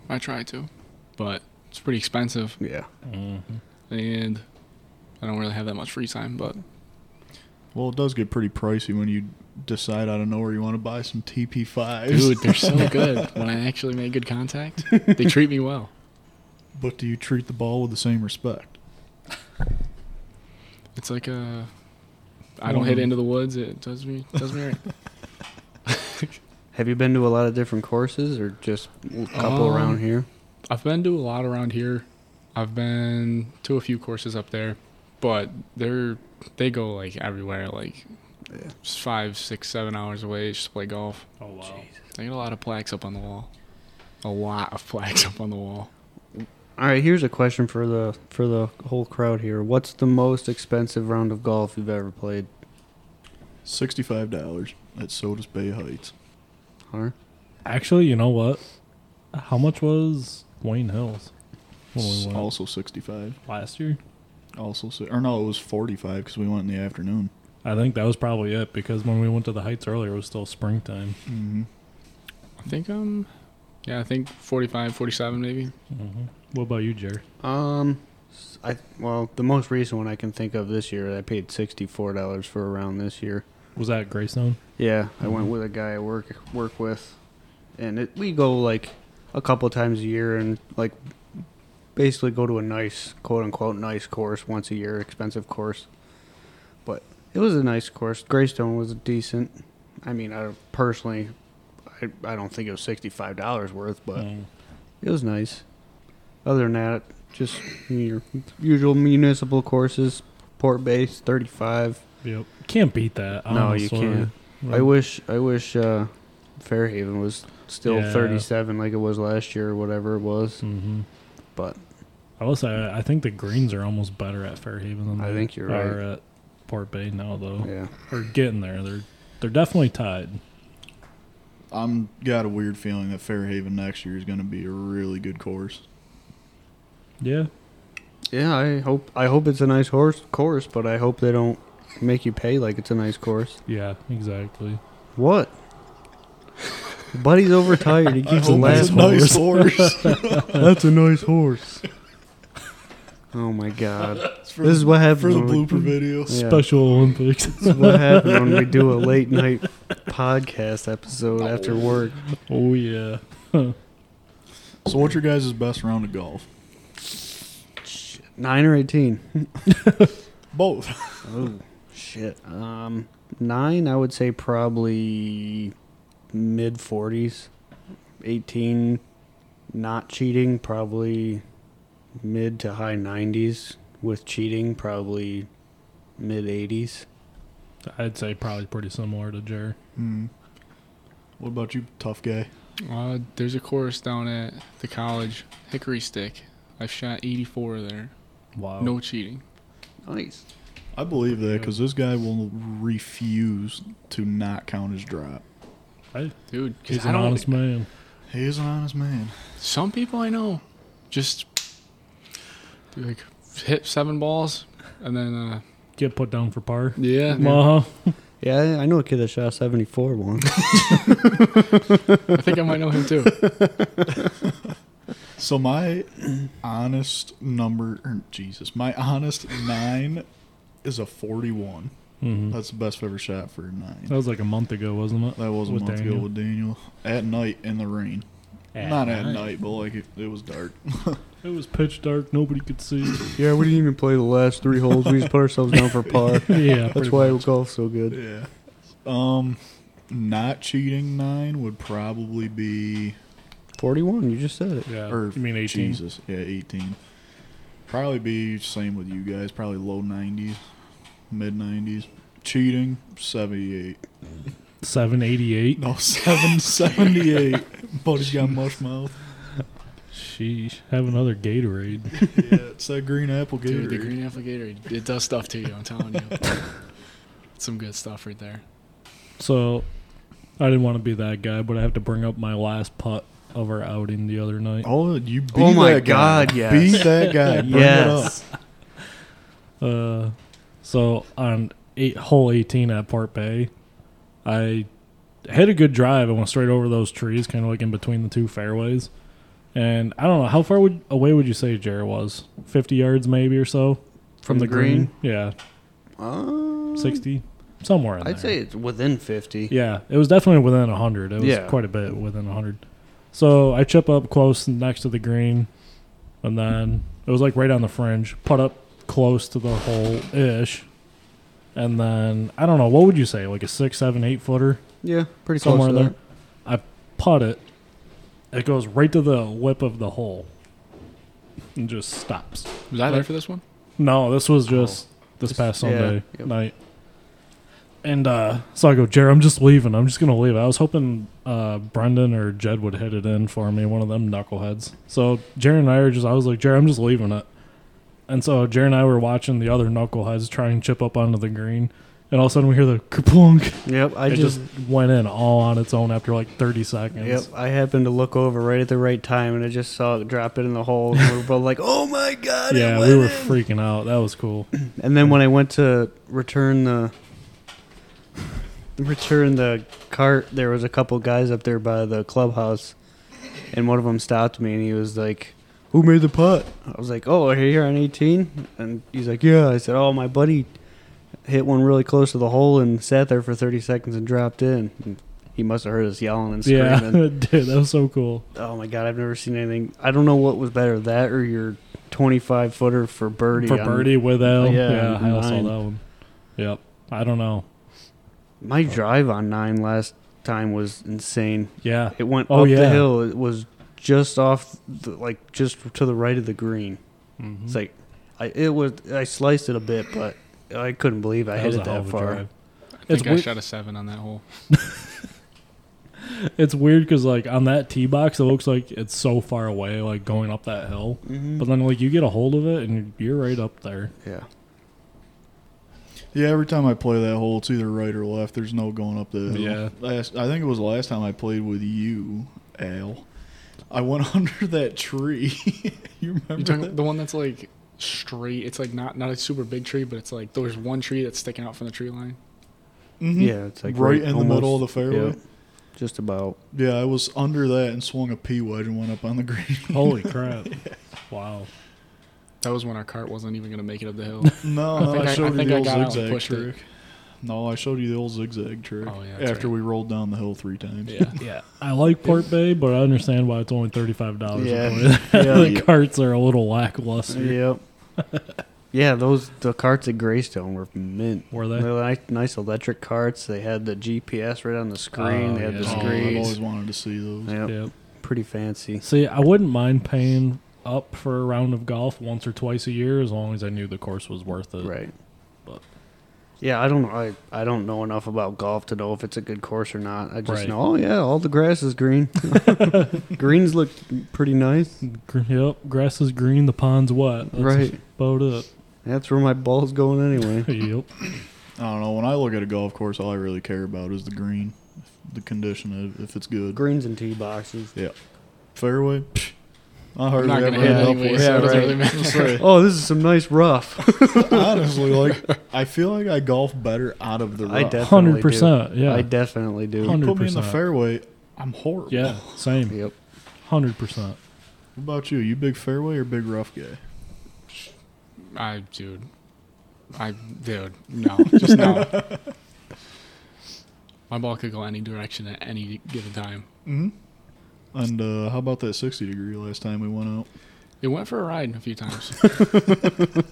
S4: I try to. But it's pretty expensive
S2: yeah,
S1: Mm-hmm.
S4: and I don't really have that much free time, but
S3: Well, it does get pretty pricey when you decide out of nowhere you want to buy some TP5s.
S4: dude, they're so good. When I actually make good contact, they treat me well.
S3: But do you treat the ball with the same respect?
S4: It's like a. I don't hit
S3: Mhm.
S4: into the woods. It does me does me right.
S2: Have you been to a lot of different courses or just a couple
S4: Um,
S2: around here?
S4: I've been to a lot around here. I've been to a few courses up there, but they're they go like everywhere, like
S3: Yeah.
S4: s- five, six, seven hours away just to play golf.
S1: Oh wow.
S4: They get a lot of plaques up on the wall. A lot of plaques up on the wall.
S2: All right, here's a question for the for the whole crowd here. What's the most expensive round of golf you've ever played?
S3: Sixty-five dollars at Sodas Bay Heights.
S2: Hunter?
S1: Actually, you know what? How much was Wayne Hills when we
S3: S-
S1: went
S3: Also sixty-five.
S1: last year?
S3: Also, si- or no, it was forty-five because we went in the afternoon.
S1: I think that was probably it because when we went to the heights earlier, it was still springtime.
S3: Mm-hmm.
S4: I think um yeah, I think 45, 47 maybe.
S1: hmm What about you, Jerry?
S2: Um, s- I well, the most recent one I can think of this year, I paid sixty four dollars for a round this year.
S1: Was that Greystone?
S2: Yeah, I went with a guy I work work with, and it, we go like a couple times a year, and like basically go to a nice quote unquote nice course once a year, expensive course, but it was a nice course. Greystone was decent. I mean, I personally, I, I don't think it was sixty five dollars worth, but
S1: Mm.
S2: it was nice. Other than that, just your usual municipal courses, port base, thirty-five.
S1: Yep. Can't beat that.
S2: No, you
S1: honestly.
S2: can't. I
S1: Right.
S2: wish, I wish uh, Fairhaven was still
S1: Yeah.
S2: thirty-seven like it was last year or whatever it was.
S1: Mhm.
S2: But
S1: I will say, I I think the greens are almost better at Fairhaven than
S2: I
S1: they
S2: think you're
S1: are at Port Bay now, though.
S2: yeah,
S1: Or getting there. They're they're definitely tied.
S3: I'm got a weird feeling that Fairhaven next year is going to be a really good course.
S1: Yeah.
S2: yeah. I hope, I hope it's a nice horse course, but I hope they don't make you pay like it's a nice course.
S1: Yeah. Exactly.
S2: What? Buddy's overtired. He keeps
S1: hope it's
S2: laughing.
S1: a nice
S3: horse.
S2: That's a nice horse. oh my god. This is what happens
S3: for the
S2: when we-
S3: blooper video.
S2: Yeah.
S1: Special Olympics.
S2: That's what happens when we do a late night podcast episode after work.
S1: oh yeah.
S3: So, what's your guys' best round of golf?
S2: Nine or eighteen?
S3: Both.
S2: Oh shit. Um, nine. I would say probably mid forties. Eighteen, not cheating. Probably mid to high nineties. With cheating, probably mid eighties.
S1: I'd say probably pretty similar to Jerry.
S2: Mm-hmm.
S3: Hmm. What about you, tough guy?
S4: Uh there's a course down at the college, Hickory Stick. I've shot 84 there.
S1: Wow.
S4: No cheating.
S2: Nice.
S3: I believe that because this guy will refuse to not count his drop.
S4: Dude, cuz
S1: He's
S4: I
S1: an
S4: don't
S1: honest man.
S3: He is an honest man.
S4: Some people I know just do like hit seven balls and then uh
S1: Get put down for par.
S4: yeah,
S1: Uh huh.
S2: Yeah, I- I know a kid that shot seventy four once.
S4: I think I might know him too.
S3: So my honest number, er, Jesus, my honest nine is a forty-one.
S1: hmm
S3: That's the best I've ever shot for a nine.
S1: That was like a month ago, wasn't it?
S3: That was a
S1: With
S3: month
S1: Daniel.
S3: ago with Daniel at night in the rain. Not at night, but like it, it was dark.
S1: It was pitch dark. Nobody could see.
S2: yeah, we didn't even play the last three holes. We just put ourselves down for par.
S1: yeah. pretty much.
S2: golf's so good.
S3: yeah. Um, not cheating nine would probably be
S2: Forty-one. You just said it.
S1: Yeah.
S3: or
S1: you mean 18?
S3: Jesus, yeah, eighteen. Probably be same with you guys. Probably low nineties, mid nineties. Cheating seventy-eight.
S1: 788.
S3: No, seven seventy-eight. Buddy's got mush mouth.
S1: Sheesh. Have another Gatorade.
S3: Yeah, it's that green apple
S4: Dude, the
S3: Gatorade.
S4: green apple Gatorade, it does stuff to you. I'm telling you, some good stuff right there.
S1: So, I didn't want to be that guy, but I have to bring up my last putt of our outing the other night.
S3: Oh, you be
S2: Oh my
S3: that
S2: God,
S3: guy.
S2: yes.
S3: Be that guy. Bring
S2: Yes.
S3: It up.
S1: Uh, so on eight hole eighteen at Port Bay, I hit a good drive and went straight over those trees, kind of like in between the two fairways. And I don't know how far would away would you say Jared was? Fifty yards, maybe or so,
S2: From the green?
S1: Yeah,
S2: Um,
S1: sixty, somewhere. In
S2: I'd
S1: there.
S2: say it's within 50.
S1: Yeah, it was definitely within 100. It was
S2: Yeah.
S1: quite a bit within 100. So I chip up close next to the green, and then it was like right on the fringe, put up close to the hole ish, and then I don't know what would you say, like a six, seven, eight footer
S2: Yeah, pretty close
S1: somewhere
S2: to
S1: in there.
S2: that.
S1: I putt it. It goes right to the lip of the hole, and just stops.
S4: Was I there for this one?
S1: No, this was just this
S2: Oh. This-
S1: past
S2: yeah,
S1: Sunday
S2: yep.
S1: night. And uh, so I go, Jerry, I'm just leaving. I'm just going to leave. I was hoping uh, Brendan or Jed would hit it in for me, one of them knuckleheads. So Jerry and I are just, I was like, Jerry, I'm just leaving it. And so Jerry and I were watching the other knuckleheads try and chip up onto the green. And all of a sudden we hear the kaplunk.
S2: Yep, I
S1: It
S2: just,
S1: just went in all on its own after like 30 seconds.
S2: yep, I happened to look over right at the right time and I just saw it drop it in the hole. and we we're both like, "Oh my god!" it
S1: Yeah,
S2: went
S1: we were
S2: in."
S1: freaking out. That was cool.
S2: And then when I went to return the return the cart, there was a couple guys up there by the clubhouse, and one of them stopped me and he was like, "Who made the putt?" I was like, "Oh, here on 18." And he's like, "Yeah." I said, "Oh, my buddy hit one really close to the hole and sat there for 30 seconds and dropped in." And he must have heard us yelling and
S1: Yeah,
S2: screaming.
S1: dude, that was so cool.
S2: Oh my god, I've never seen anything. I don't know what was better, that or your 25 footer for birdie.
S1: for
S2: on-
S1: birdie with L.
S2: yeah,
S1: Yeah, I also saw
S2: nine.
S1: that one. Yep. I don't know.
S2: My drive on nine last time was insane.
S1: Yeah,
S2: It went
S1: Oh,
S2: up the
S1: yeah.
S2: hill. It was just off, the, like just to the right of the green.
S1: Mm-hmm.
S2: It's like I it was. I sliced it a bit, but I couldn't believe I
S1: That
S2: hit
S1: was a
S2: it
S1: hell
S2: that
S1: of a
S2: far.
S1: drive.
S4: I
S1: It's
S4: think I
S1: weird-
S4: shot a seven on that hole.
S1: It's weird because like on that tee box, it looks like it's so far away, like going up that hill. But then like you get a hold of it and you're right up there.
S2: Mm-hmm.
S3: Mm-hmm.
S2: Yeah,
S3: Yeah, every time I play that hole, it's either right or left. There's no going up the hill.
S1: Yeah.
S3: Last, I think it was the last time I played with you, Al. I went under that tree. you remember
S4: You talking
S3: that?
S4: the one that's like straight? It's like not not a super big tree, but it's like there's one tree that's sticking out from the tree line.
S1: Mm-hmm.
S3: Mhm.
S2: yeah. It's like
S3: right in the middle of the
S2: almost-
S3: fairway.
S2: yeah, just about.
S3: Yeah, I was under that and swung a pea wedge and went up on the green.
S1: Holy crap! Wow.
S4: That was when our cart wasn't even gonna make it up the hill.
S3: no,
S4: I
S3: no,
S4: think
S3: I,
S4: I- I
S3: showed you
S4: think
S3: the
S4: I
S3: old
S4: got out and
S3: zigzag
S4: pushed it.
S3: trick. No, I showed you the old zigzag trick
S4: Oh, yeah, that's
S3: after
S4: right.
S3: we rolled down the hill three times.
S4: yeah,
S1: Yeah, I like Port Bay, but I understand why it's only thirty five dollars.
S2: Yeah.
S1: the
S2: Yeah.
S1: carts are a little lackluster.
S2: Yep. yeah, those the carts at Greystone were mint.
S1: Were
S2: They
S1: they?
S2: were nice, nice electric carts. They had the GPS right on the screen.
S1: Oh,
S2: they had
S1: yeah.
S2: the
S1: Oh,
S3: I've
S2: screens.
S3: always wanted to see those.
S2: Yep,
S1: Yep.
S2: pretty fancy.
S1: See, I wouldn't mind paying up for a round of golf once or twice a year as long as I knew the course was worth it.
S2: Right.
S1: But-
S2: yeah, I don't know. I, I don't know enough about golf to know if it's a good course or not. I just
S1: Right.
S2: know, oh yeah, all the grass is green. Greens look pretty nice.
S1: Gr- Yep. Grass is green. The pond's wet. That's
S2: Right.
S1: About it.
S2: That's where my ball's going anyway.
S1: Yep.
S3: I don't know. When I look at a golf course, all I really care about is the green, the condition, if- if it's good.
S2: Greens and tee boxes.
S3: Yeah. Fairway. Psh, I
S4: I'm
S3: hardly
S4: not
S3: ever
S4: gonna
S3: hit
S4: hit
S3: it
S4: it
S3: up
S4: anyway,
S3: with.
S4: so
S2: Yeah,
S4: it doesn't
S2: right.
S4: really matter.
S2: Oh, this is some nice rough.
S3: Honestly, like I feel like I golf better out of the rough.
S2: I definitely
S1: Hundred
S2: do.
S1: percent. Yeah.
S2: I definitely do.
S1: Hun-
S3: Put me in the
S1: 100%.
S3: fairway. I'm horrible.
S1: yeah. Same.
S2: Yep.
S1: Hundred percent.
S3: What about you? You big fairway or big rough guy?
S4: I dude, I dude, no, just no. My ball could go any direction at any given time.
S3: Mm-hmm. And uh, how about that 60 degree last time we went out?
S4: It went for a ride a few times.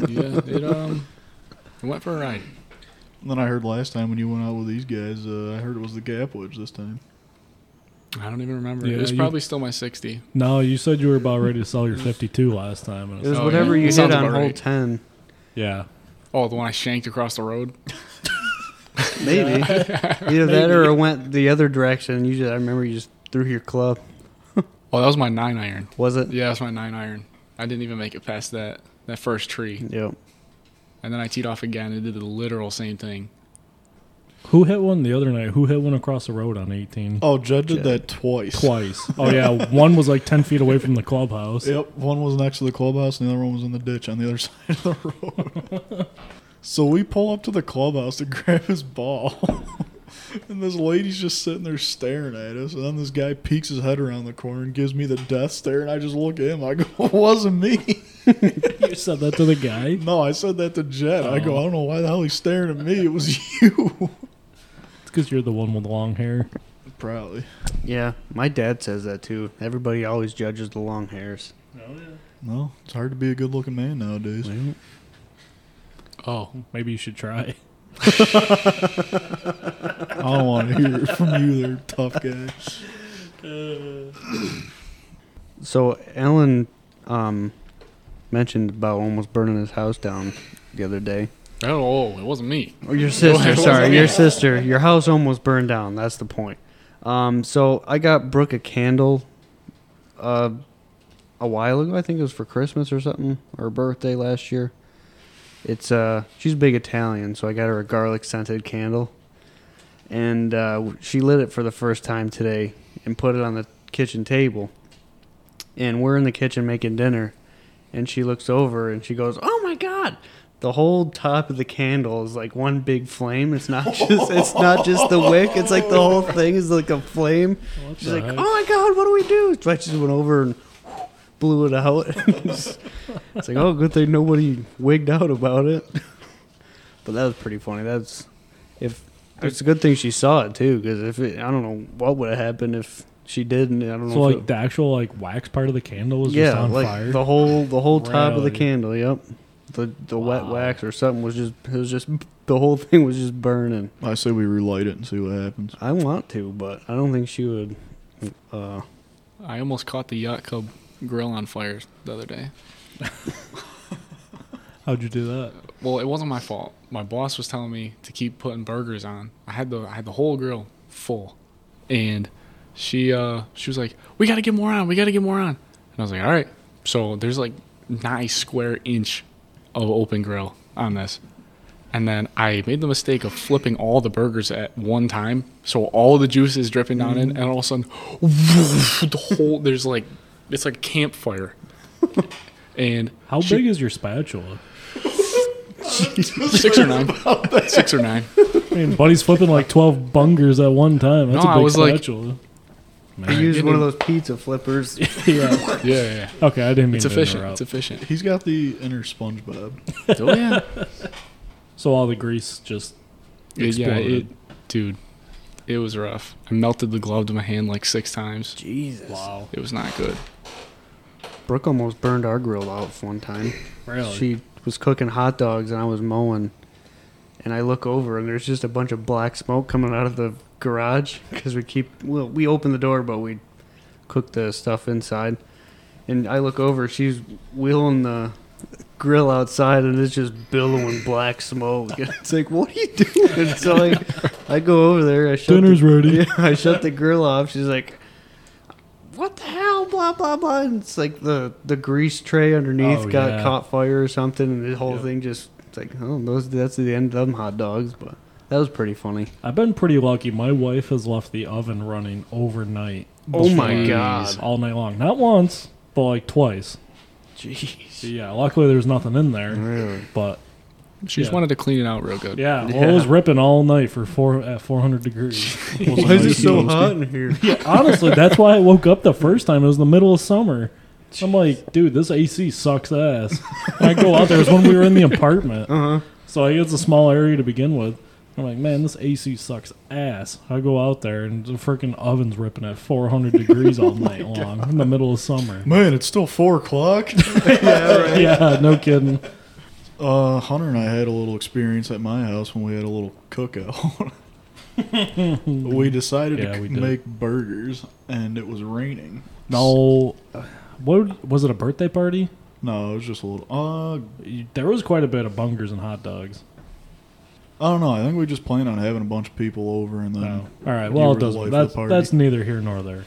S4: yeah, it um, it went for a ride.
S3: And then I heard last time when you went out with these guys, uh, I heard it was the gap wedge this time.
S4: I don't even remember.
S1: Yeah,
S4: it was
S1: you-
S4: probably still my sixty.
S1: No, you said you were about ready to sell your fifty-two last time. And
S2: It
S1: it's,
S2: was
S4: Oh,
S2: whatever
S4: yeah.
S2: you
S4: That
S2: hit
S4: sounds
S2: on
S4: about
S2: hole
S4: right.
S2: ten,
S1: yeah.
S4: Oh, the one I shanked across the road.
S2: maybe. Either that or it went the other direction. You just, I remember you just threw your club.
S4: Oh, that was my nine iron.
S2: Was it?
S4: Yeah, that's my nine iron. I didn't even make it past that that first tree,
S2: Yep.
S4: and then I teed off again and did the literal same thing.
S1: Who hit one the other night? Who hit one across the road on eighteen?
S3: Oh, Jed did
S2: Jed.
S3: that twice.
S1: Twice. Oh yeah. One was like ten feet away from the clubhouse.
S3: Yep, one was next to the clubhouse, and the other one was in the ditch on the other side of the road. so we pull up to the clubhouse to grab his ball, and this lady's just sitting there staring at us. And then this guy peeks his head around the corner and gives me the death stare, and I just look at him. I go, "It wasn't me."
S1: You said that to the guy.
S3: No, I said that to Jed. I go,
S1: Oh.
S3: "I don't know why the hell he's staring at me. It was you."
S1: It's because you're the one with long hair.
S3: Probably.
S2: Yeah. My dad says that too. Everybody always judges the long hairs.
S1: Oh yeah.
S3: No, it's hard to be a good looking man nowadays.
S1: Oh, maybe you should try.
S3: I don't want to hear it from you there, tough guy.
S2: So Alan um, mentioned about almost burning his house down the other day.
S4: Oh, it wasn't me.
S2: Or your
S4: ahead,
S2: sister,
S4: what's
S2: sorry,
S4: up?
S2: your sister. Your house almost burned down. That's the point. Um, so I got Brooke a candle uh, a while ago. I think it was for Christmas or something, or her birthday last year. It's uh, she's big Italian, so I got her a garlic scented candle, and uh, she lit it for the first time today and put it on the kitchen table. And we're in the kitchen making dinner, and she looks over and she goes, "Oh my god!" the whole top of the candle is like one big flame. It's not just it's not just the wick. It's like the whole thing is like a flame. She's
S1: the
S2: like,
S1: heck?
S2: "Oh my god, what do we do?" So I just went over and blew it out. it's like, "Oh, good thing nobody wigged out about it." But that was pretty funny. That's if it's a good thing she saw it too, because if it, I don't know what would have happened if she didn't. I don't know.
S1: So
S2: if
S1: like
S2: it-
S1: the actual like wax part of the candle was just on fire.
S2: the whole the whole top of the
S1: Really?
S2: candle. Yep, the the wet
S1: Wow.
S2: wax or something was just it was just the whole thing was just burning.
S3: I say we relight it and see what happens.
S2: I want to, but I don't think she would. Uh,
S4: I almost caught the yacht club grill on fire the other day.
S1: How'd you do that?
S4: Well, it wasn't my fault. My boss was telling me to keep putting burgers on. I had the I had the whole grill full, and she uh she was like, "We got to get more on. We got to get more on." And I was like, "All right." So there's like nine square inch of open grill on this, and then I made the mistake of flipping all the burgers at one time, so all the juice is dripping down in, and all of a sudden, the whole there's like it's like a campfire, and
S1: How
S4: she-
S1: big is your spatula?
S4: six or nine, six or nine.
S1: I mean, Buddy's flipping like twelve bungers at one time. That's
S4: No,
S1: a
S4: I
S1: big
S4: was like-
S1: spatula.
S2: I
S1: Man.
S2: used one of those pizza flippers.
S1: yeah.
S4: Yeah, yeah, yeah.
S1: Okay, I didn't mean
S4: It's
S1: to
S4: efficient.
S1: interrupt.
S4: It's efficient.
S3: He's got the inner SpongeBob.
S4: Oh yeah,
S1: so all the grease just
S4: yeah.
S1: Exploded.
S4: It, dude, it was rough. I melted the glove to my hand like six times.
S2: Jesus,
S1: wow,
S4: It was not good.
S2: Brooke almost burned our grill out one time.
S1: really?
S2: She was cooking hot dogs and I was mowing. And I look over and there's just a bunch of black smoke coming out of the garage because we keep well we open the door but we cook the stuff inside. And I look over, she's wheeling the grill outside and it's just billowing black smoke. And it's like, what are you doing? So I, I go over there. I shut
S1: Dinner's
S2: the,
S1: ready.
S2: Yeah, I shut the grill off. She's like, what the hell? Blah blah blah. And it's like the the grease tray underneath
S1: Oh,
S2: got
S1: yeah.
S2: caught fire or something, and the whole
S1: Yep.
S2: thing just it's like, oh, those that's the end of them hot dogs. But that was pretty funny.
S1: I've been pretty lucky. My wife has left the oven running overnight.
S2: Oh my
S1: before-
S2: God.
S1: All night long. Not once, but like twice.
S2: Jeez.
S1: Yeah, luckily there's nothing in there.
S2: Really?
S1: But
S4: She just
S1: Yeah.
S4: wanted to clean it out real good.
S1: yeah, well, it was ripping all night for four at 400 degrees.
S3: Was
S2: Why is it
S3: nice
S2: so
S3: toasty?
S2: hot in here?
S1: Honestly, that's why I woke up the first time. It was the middle of summer. I'm like, dude, this AC sucks ass. And I go out there. It was when we were in the apartment.
S3: Uh-huh.
S2: Uh huh.
S1: So I it's a small area to begin with. I'm like, man, this AC sucks ass. I go out there and the freaking oven's ripping at 400 degrees
S3: Oh
S1: all night long in the middle of summer.
S3: Man, it's still four o'clock.
S1: Yeah, no kidding.
S3: Uh, Hunter and I had a little experience at my house when we had a little cookout. we decided
S1: Yeah,
S3: to
S1: we did.
S3: make burgers, and it was raining.
S1: No, what was it? A birthday party?
S3: No, it was just a little. Uh,
S1: There was quite a bit of bungers and hot dogs.
S3: I don't know. I think we just planned on having a bunch of people over, and then.
S1: No. All right.
S3: Mm. You
S1: Well,
S3: were
S1: it
S3: the
S1: doesn't.
S3: life of the
S1: That's,
S3: party.
S1: that's neither here nor there.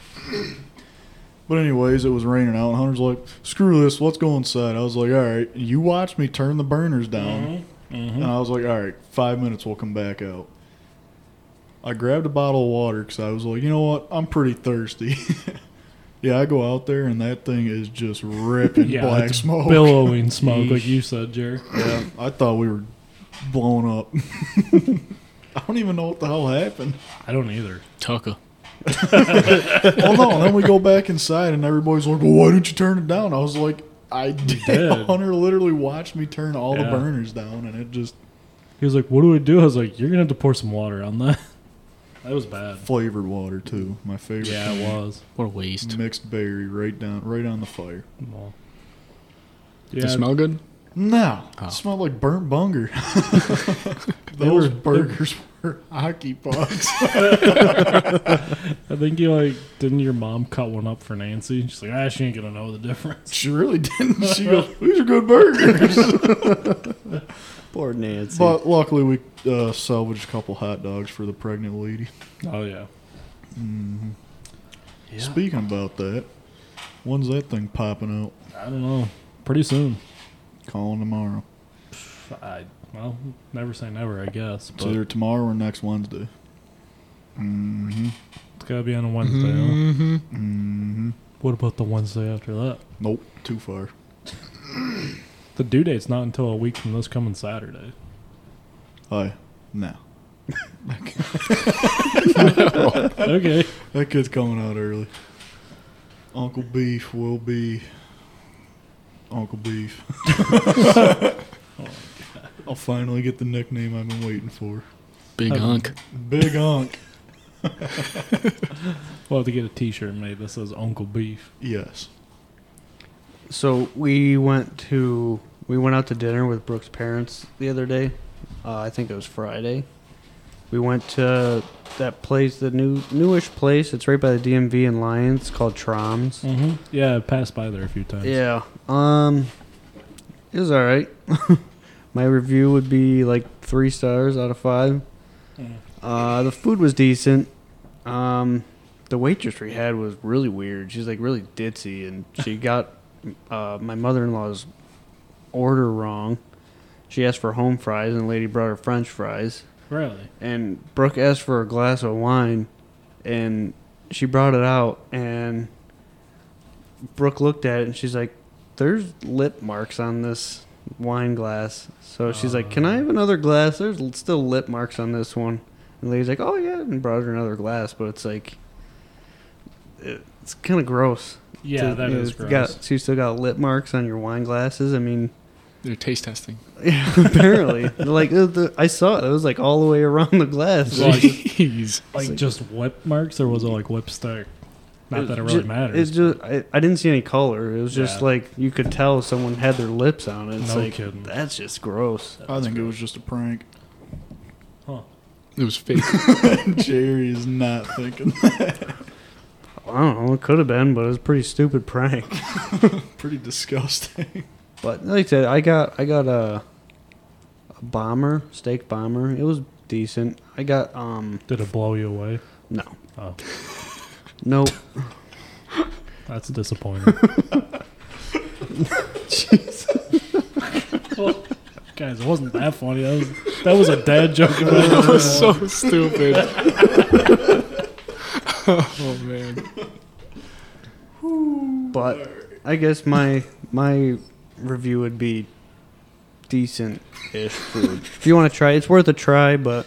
S3: But anyways, it was raining out, and Hunter's like, "Screw this, let's go inside." I was like, "All right, you watch me turn the burners down."
S1: Mm-hmm.
S3: And I was like, "All right, five minutes, we'll come back out." I grabbed a bottle of water because I was like, "You know what? I'm pretty thirsty." yeah, I go out there, and that thing is just ripping
S1: Yeah,
S3: black
S1: it's
S3: smoke.
S1: billowing smoke, like you said, Jer.
S3: yeah, I thought we were blown up. I don't even know what the hell happened.
S1: I don't either.
S4: Tucka.
S3: Well, no, and then we go back inside, and everybody's like, well, "Why didn't you turn it down?" I was like, "I did."
S1: did.
S3: Hunter literally watched me turn all
S1: Yeah.
S3: the burners down, and it just
S1: He was like, "What do I do?" I was like, "You're gonna have to pour some water on that." That was bad.
S3: flavored water too. My favorite.
S1: Yeah, it was.
S4: What a waste.
S3: Mixed berry, right down, right on the fire.
S1: Well, Yeah,
S4: They smell good?
S3: No,
S4: Oh.
S3: it smelled like burnt bunger.
S1: They
S3: Those
S1: were-
S3: burgers were hockey pucks.
S1: I think you like didn't your mom cut one up for Nancy? She's like, ah, she ain't gonna know the difference.
S3: she really didn't. She goes, "These are good burgers."
S5: Poor Nancy.
S3: but luckily, we uh, salvaged a couple hot dogs for the pregnant lady.
S1: Oh yeah,
S5: Yeah.
S3: Speaking about that, when's that thing popping out?
S1: I don't know. Pretty soon.
S3: Calling tomorrow.
S1: I well, never say never, I guess.
S3: It's
S1: But
S3: either tomorrow or next Wednesday. Mm-hmm.
S1: it's gotta be on a Wednesday. huh?
S4: Mm-hmm.
S3: Mm-hmm.
S1: What about the Wednesday after that?
S3: Nope, too far.
S1: The due date's not until a week from this coming Saturday.
S3: Hi, no.
S1: okay.
S3: That kid's coming out early. Uncle Beef will be Uncle Beef. I'll finally get the nickname I've been waiting for.
S4: Big
S1: Um,
S4: hunk.
S3: Big Unc.
S1: We'll have to get a T-shirt made that says Uncle Beef.
S3: Yes.
S2: So we went to we went out to dinner with Brooke's parents the other day. Uh, I think it was Friday. We went to that place, the new newish place. It's right by the DMV in Lyons it's called Troms.
S1: Mm-hmm. Yeah, I passed by there a few times.
S2: Yeah. Um, it was all right. My review would be like three stars out of five.
S1: Mm.
S2: Uh, the food was decent. Um, the waitress we had was really weird. She's like really ditzy, and she got uh, my mother in law's order wrong. She asked for home fries, and the lady brought her French fries.
S1: Really?
S2: And Brooke asked for a glass of wine, and she brought it out, and Brooke looked at it, and she's like, "There's lip marks on this wine glass." So she's like, "Can I have another glass? There's l- still lip marks on this one." And the lady's like, "Oh yeah," and brought her another glass, but it's like, it- it's kind of gross.
S1: Yeah,
S2: to-
S1: that
S2: you know,
S1: is
S2: it's
S1: gross.
S2: Got, so you still got lip marks on your wine glasses. I mean.
S4: They're taste testing.
S2: Yeah, apparently. like uh, the, I saw it. It was like all the way around the glass.
S1: Well,
S4: Jeez.
S1: like
S2: like-
S1: just lip marks, or was it like lipstick? Not that it really
S2: ju-
S1: matters.
S2: It's just I, I didn't see any color. It was just
S1: Yeah.
S2: like you could tell someone had their lips on it. It's
S1: No
S2: like
S1: kidding.
S2: that's just gross.
S3: I think it was just a prank.
S4: It was fake.
S3: Jerry is not thinking.
S2: I don't know. It could have been, but it was a pretty stupid prank.
S3: Pretty disgusting.
S2: But like I said, I got I got a, a bomber steak bomber. It was decent. I got um
S1: Did it blow you away?
S2: no
S1: Oh,
S2: no
S1: that's disappointing. well, guys, it wasn't that funny. That was, that was a dad joke.
S4: that was so stupid. oh man.
S2: But I guess my my review would be decent ish food. if you want to try, it's worth a try, but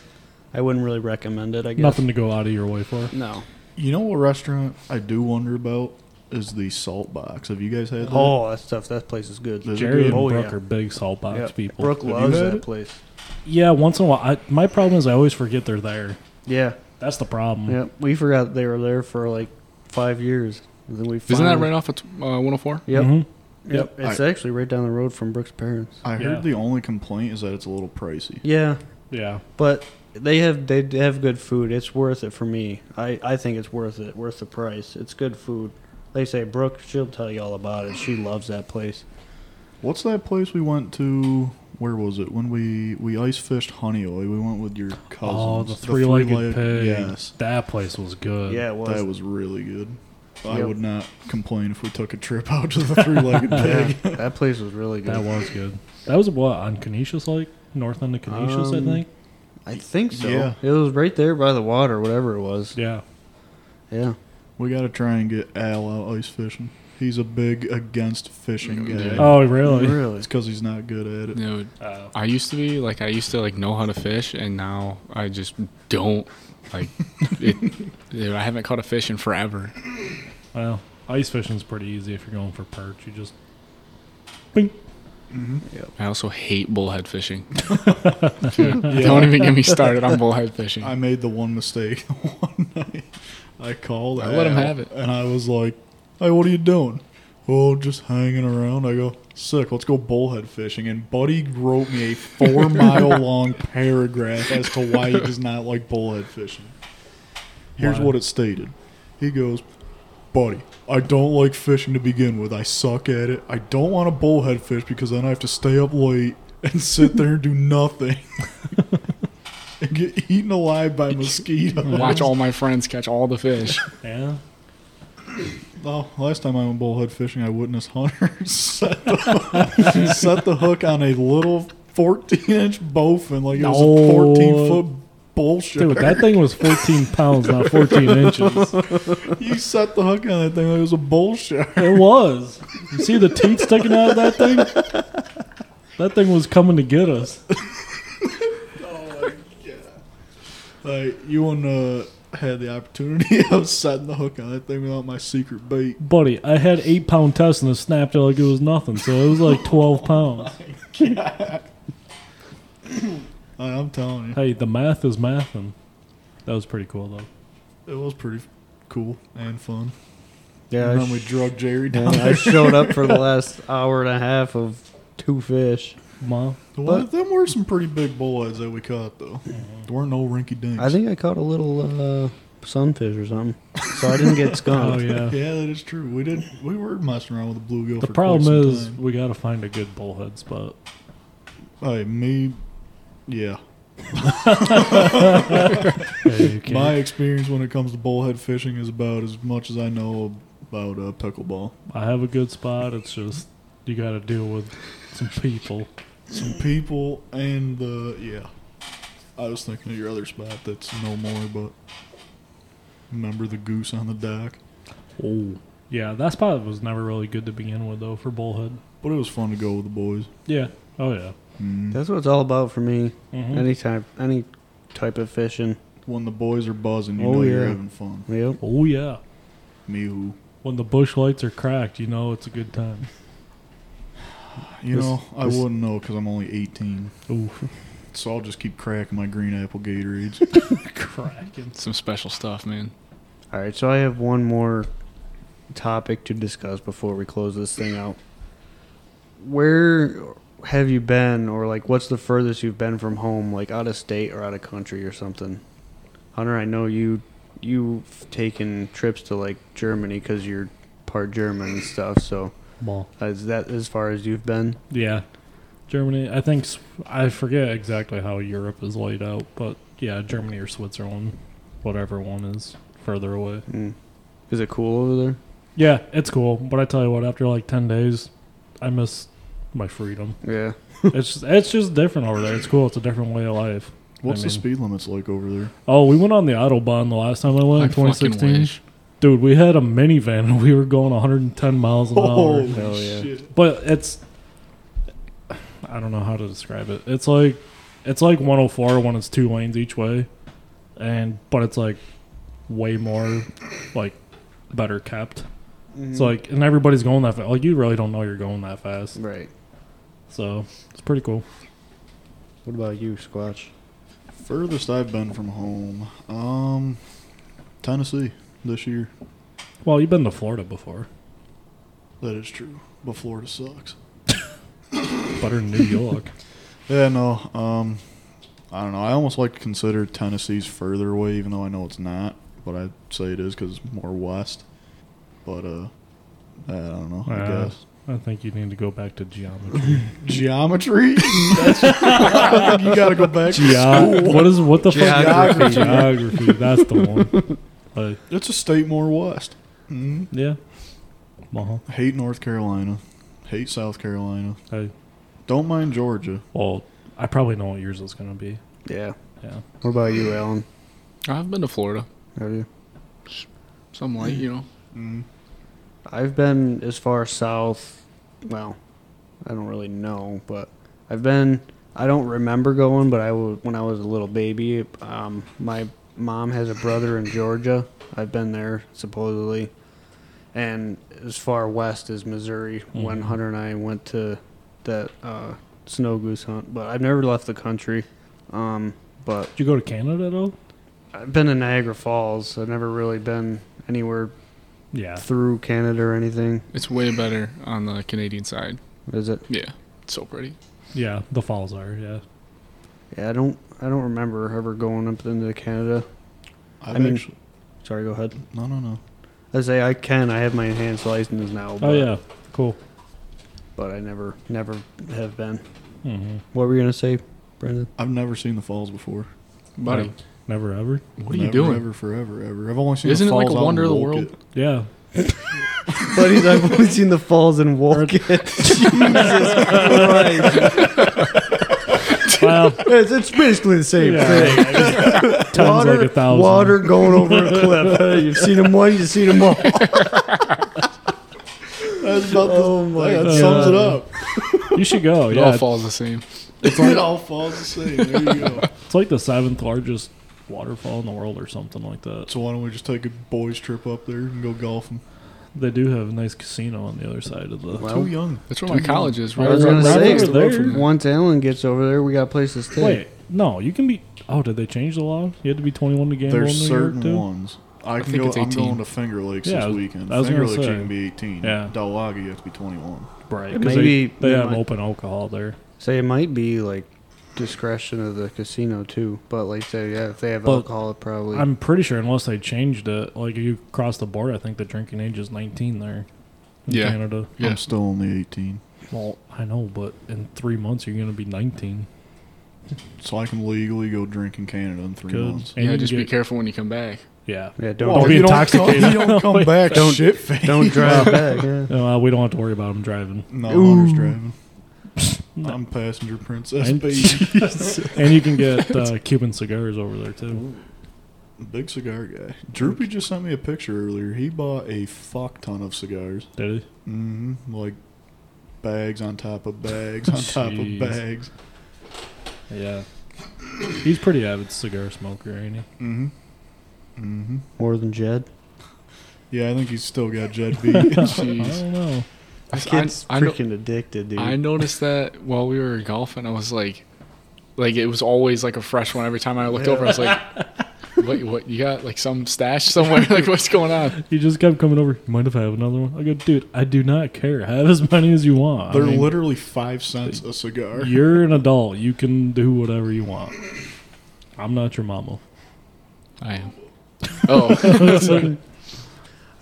S2: I wouldn't really recommend it. I guess
S1: Nothing to go out of your way for.
S2: No.
S3: You know what restaurant I do wonder about is the Salt Box. Have you guys had that?
S2: Oh, that stuff. That place is good.
S3: Is it
S1: Jerry
S3: good?
S1: and
S2: Oh,
S1: Brooke
S2: yeah.
S1: are big salt box
S2: Yep.
S1: people.
S2: Brooke
S3: Have you
S2: loves
S3: had
S2: that
S3: it?
S2: place.
S1: Yeah, once in a while. I, my problem is I always forget they're there.
S2: Yeah,
S1: That's the problem.
S2: yeah. We forgot they were there for like five years. And then we
S4: Isn't that
S2: finally-
S4: right off of t- uh, 104?
S2: Yep.
S1: Mhm.
S2: Yep. It's actually right down the road from Brooke's parents.
S3: I
S1: Yeah.
S3: heard the only complaint is that it's a little pricey.
S2: Yeah,
S1: Yeah.
S2: but they have they have good food. It's worth it for me. I, I think it's worth it, worth the price. It's good food. They say Brooke, she'll tell you all about it. She loves that place.
S3: What's that place we went to? Where was it when we we ice fished Honey Oil? We went with your cousins.
S1: Oh, the three-legged
S3: three-legged-
S1: pig.
S3: Yes,
S1: That place was good.
S2: yeah, it was.
S3: that was really good. I
S2: Yep.
S3: would not complain if we took a trip out to the three-legged pig.
S2: Yeah, that place was really good.
S1: That was good. That was what on Canisius Lake, north end of Canisius,
S2: Um,
S1: I think.
S2: I think so.
S3: Yeah.
S2: It was right there by the water, whatever it was.
S1: Yeah.
S2: Yeah.
S3: We got to try and get Al out ice fishing. He's a big against fishing guy.
S4: Yeah.
S1: Oh, really?
S2: Really?
S3: It's because he's not good at it.
S4: No,
S1: Oh.
S4: I used to be like I used to like know how to fish, and now I just don't. Like, it, dude, I haven't caught a fish in forever.
S1: well, ice fishing's pretty easy if you're going for perch. You just. Bing.
S4: I also hate bullhead fishing. Dude, Don't even get me started on bullhead fishing.
S3: I made the one mistake one night. I called.
S4: I let him
S3: Al,
S4: have it.
S3: and I was like, "Hey, what are you doing?" oh, just hanging around. I go, sick, let's go bullhead fishing. And Buddy wrote me a four mile long paragraph as to why he does not like bullhead fishing. Here's
S1: Why?
S3: what it stated He goes, Buddy, I don't like fishing to begin with. I suck at it. I don't want to bullhead fish because then I have to stay up late and sit there and do nothing. and get eaten alive by mosquitoes.
S4: Watch all my friends catch all the fish.
S1: Yeah.
S3: Oh, last time I went bullhead fishing, I witnessed Hunter set the, set the hook on a little 14 inch bowfin, like it was
S1: No.
S3: a 14 foot bullshit.
S1: Dude, that thing was 14 pounds, not 14 inches.
S3: you set the hook on that thing like it was a bullshit.
S1: It was. You see the teeth sticking out of that thing? That thing was coming to get us.
S3: Like, you wouldn't uh, had the opportunity of setting the hook on that thing without my secret bait.
S1: Buddy, I had eight pound test and it snapped it like it was nothing. So it was like 12 pounds.
S3: I, I'm telling
S1: Hey, the math is mathing. That was pretty cool, though.
S3: you, it was pretty cool and fun.
S2: Yeah,
S3: and
S2: I,
S3: then we
S2: sh-
S3: drug Jerry
S2: Uh, yeah,
S3: down.
S2: I showed up for the last hour and a half of two fish.
S1: Mom?
S3: Well, them were some pretty big bullheads that we caught, though. There weren't no rinky dinks.
S2: Mm-hmm. I think I caught a little uh, sunfish or something, so I didn't get skunked.
S1: Oh, yeah.
S3: Yeah, that is true. We did. We were messing around with the bluegill.
S1: The
S3: for
S1: problem
S3: quite some
S1: is,
S3: time.
S1: we got to find a good bullhead spot.
S3: Hey, me, yeah.
S1: Hey, you can't-
S3: My experience when it comes to bullhead fishing is about as much as I know about uh, pickleball.
S1: I have a good spot. It's just you got to deal with some people.
S3: Some people and the yeah. I was thinking of your other spot that's no more, but remember the goose on the dock.
S1: Oh. Yeah, that spot was never really good to begin with, though, for bullhead.
S3: But it was fun to go with the boys. Mm-hmm.
S1: Yeah. Oh, yeah.
S2: That's what it's all about for me.
S1: Mhm.
S2: Any type, any type of fishing.
S3: When the boys are buzzing, you
S2: Oh,
S3: know you're
S2: yeah.
S3: having fun.
S2: Yep.
S1: Oh, yeah.
S3: Me who.
S1: When the bush lights are cracked, you know it's a good time.
S3: You
S2: This-
S3: know, I
S2: this-
S3: wouldn't know because I'm only 18.
S1: Ooh,
S3: So I'll just keep cracking my green apple Gatorades.
S1: cracking.
S4: Some special stuff, man.
S2: All right, so I have one more topic to discuss before we close this thing out. Where have you been, or like, what's the furthest you've been from home, like out of state or out of country or something? Hunter, I know you you've taken trips to like Germany because you're part German and stuff. So
S1: Well,
S2: is that as far as you've been?
S1: yeah. Germany, I think, s- I forget exactly how Europe is laid out, but yeah, Germany or Switzerland, whatever one is further away.
S2: Mm. Is it cool over there?
S1: Yeah, it's cool, but I tell you what, after like 10 days, I miss my freedom.
S2: Yeah.
S1: it's, just, it's just different over there. It's cool. It's a different way of life.
S3: What's the
S1: mean-
S3: speed limits like over there?
S1: Oh, we went on the Autobahn the last time I went in
S4: I fucking
S1: 2016.
S4: wish.
S1: Dude, we had a minivan and we were going 110 miles an hour.
S2: hell yeah.
S3: shit.
S1: but it's I don't know how to describe it. It's like it's like 104 when it's two lanes each way, and but it's like way more like better kept.
S2: Mm.
S1: It's like and everybody's going that fast. Like you really don't know you're going that fast,
S2: right.
S1: so it's pretty cool.
S2: What about you, Squatch?
S3: Furthest I've been from home, um, Tennessee this year.
S1: Well, you've been to Florida before,
S3: That is true, but Florida sucks.
S1: better than New York.
S3: Yeah, no. Um, I don't know. I almost like to consider Tennessee's further away, even though I know it's not. But I'd say it is because it's more west. But uh, I don't know. I
S1: Uh,
S3: guess
S1: I think you need to go back to geometry.
S3: geometry. That's- I think you gotta go back. to
S1: Geo- what is what the fuck?
S2: Geography.
S1: Geography. That's the one. Like,
S3: school. It's a state more west. Mm.
S1: yeah. Well,
S3: Hate North Carolina. Hate South Carolina.
S1: I,
S3: Don't mind Georgia.
S1: well, I probably know what yours is gonna be.
S2: Yeah.
S1: Yeah.
S2: What about you, Alan?
S4: I've been to Florida.
S2: Have you?
S4: Some light, you know.
S3: Mm.
S2: I've been as far south. Well, I don't really know, but I've been. I don't remember going, but I wa- when I was a little baby, um, my mom has a brother in Georgia. I've been there supposedly, and as far west as Missouri when
S1: Mhm.
S2: Hunter and I went to that uh, snow goose hunt. But I've never left the country. Um, but
S1: Did you go to Canada though?
S2: I've been to Niagara Falls. I've never really been anywhere
S1: Yeah.
S2: through Canada or anything.
S4: It's way better on the Canadian side.
S2: Is it?
S4: Yeah, it's so pretty.
S1: Yeah. The falls are. Yeah.
S2: Yeah, I don't. I don't remember ever going up into Canada.
S3: I've
S2: I mean-
S3: actually,
S2: Sorry, go ahead.
S3: no, no, no.
S2: I say I can. I have my enhanced license now. But,
S1: Oh yeah. Cool.
S2: But I never, never have been.
S1: hmm
S2: What were you gonna say, Brendan?
S3: I've never seen the falls before.
S4: Buddy,
S1: Never ever.
S4: what are you
S3: Never,
S4: doing?
S3: Ever, forever, ever. I've only seen.
S4: Isn't
S3: the
S4: it like
S3: falls
S4: a
S3: out in
S4: wonder of the
S3: Wolkett.
S4: world?
S1: Yeah.
S2: Buddies, I've only seen the falls in Wolcott.
S1: Well,
S2: it's, it's basically the same
S1: Yeah.
S2: thing.
S1: Times like a thousand.
S2: water going over a cliff. Hey, you've seen them once, you've seen them all.
S3: That's about
S2: Oh
S3: the,
S2: my
S3: that
S1: God.
S3: sums it up.
S1: you should go.
S4: It
S2: Oh,
S1: Yeah.
S4: all falls the same.
S3: it all falls the same. There you go.
S1: It's like the seventh largest waterfall in the world or something like that.
S3: So why don't we just take a boys trip up there and go golfing?
S1: They do have a nice casino on the other side of the.
S2: Well,
S3: Too young.
S4: That's where my college is. Right,
S2: I was gonna
S4: right
S2: say,
S4: across the road
S1: there.
S4: from there.
S2: Once Alan gets over there, we got a place to stay.
S1: Wait, no, you can be. Oh, did they change the law? You had to be 21 to gamble
S3: There's
S1: in New York
S3: certain
S1: too.
S3: ones. I, can
S4: think
S3: go.
S4: it's
S3: I'm
S4: 18.
S3: going to Finger Lakes
S1: Yeah, I
S3: this
S1: was-
S3: weekend.
S1: I was
S3: Finger
S1: gonna
S3: Lakes you
S1: say.
S3: can be 18.
S1: Yeah.
S3: Dawaga you have to be 21.
S1: Right,
S2: 'cause
S1: maybe
S2: maybe-
S1: they, they
S2: they
S1: have
S2: might-
S1: open alcohol there.
S2: So it might be like discretion of the casino too. But like I said, yeah, if they have
S1: But
S2: alcohol, it probably.
S1: I'm pretty sure, unless they changed it, like you cross the border, I think the drinking age is 19 there. In
S4: Yeah.
S1: Canada.
S4: Yeah.
S3: I'm still only 18,
S1: Well, I know, but in three months you're gonna be 19.
S3: so I can legally go drink in Canada in three
S1: Good.
S3: months.
S1: And
S4: yeah,
S1: you
S4: just
S1: get-
S4: be careful when you come back.
S1: Yeah.
S2: yeah, don't
S1: Well,
S2: Oh, don't,
S1: be
S3: you
S1: intoxicated.
S3: Don't come, you don't come back.
S2: Don't-
S3: shit face.
S2: don't drive back. Yeah.
S1: Uh, we don't have to worry about them driving,
S3: No,
S2: Ooh.
S3: Hunter's driving.
S1: No.
S3: I'm passenger princess,
S1: And-
S3: baby.
S1: and you can get uh, Cuban cigars over there too.
S3: Big cigar guy. Droopy just sent me a picture earlier. He bought a fuck ton of cigars.
S1: Did he?
S3: hmm
S1: Mm-hmm.
S3: Like bags on top of bags on top of
S1: Jeez.
S3: bags.
S1: Yeah. He's pretty avid cigar smoker, ain't he?
S3: Mm-hmm. Mm-hmm.
S2: More than Jed.
S3: Yeah, I think he's still got Jed beat.
S1: I
S4: Jeez.
S1: don't know.
S2: This
S4: I-
S2: kid's
S4: I know-
S2: freaking addicted, dude.
S4: I noticed that while we were golfing, I was like, like it was always like a fresh one. Every time I looked over, I was like, what? What you got? Like some stash somewhere? like what's going on?
S1: He just kept coming over. Mind if I have another one? I go, dude, I do not care. Have as many as you want. I
S3: They're
S1: mean,
S3: literally five cents a cigar.
S1: You're an adult. You can do whatever you want. I'm not your mama.
S4: I am. Oh,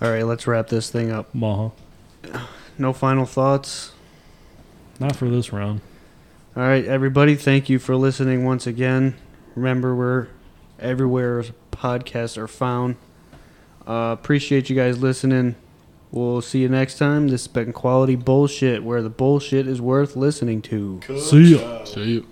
S2: All right, let's wrap this thing up.
S1: Maha.
S2: No final thoughts.
S1: Not for this round.
S2: All right, everybody, thank you for listening once again. Remember, we're everywhere podcasts are found. Uh, appreciate you guys listening. We'll see you next time. This has been Quality Bullshit, where the bullshit is worth listening to.
S1: See ya.
S4: so you.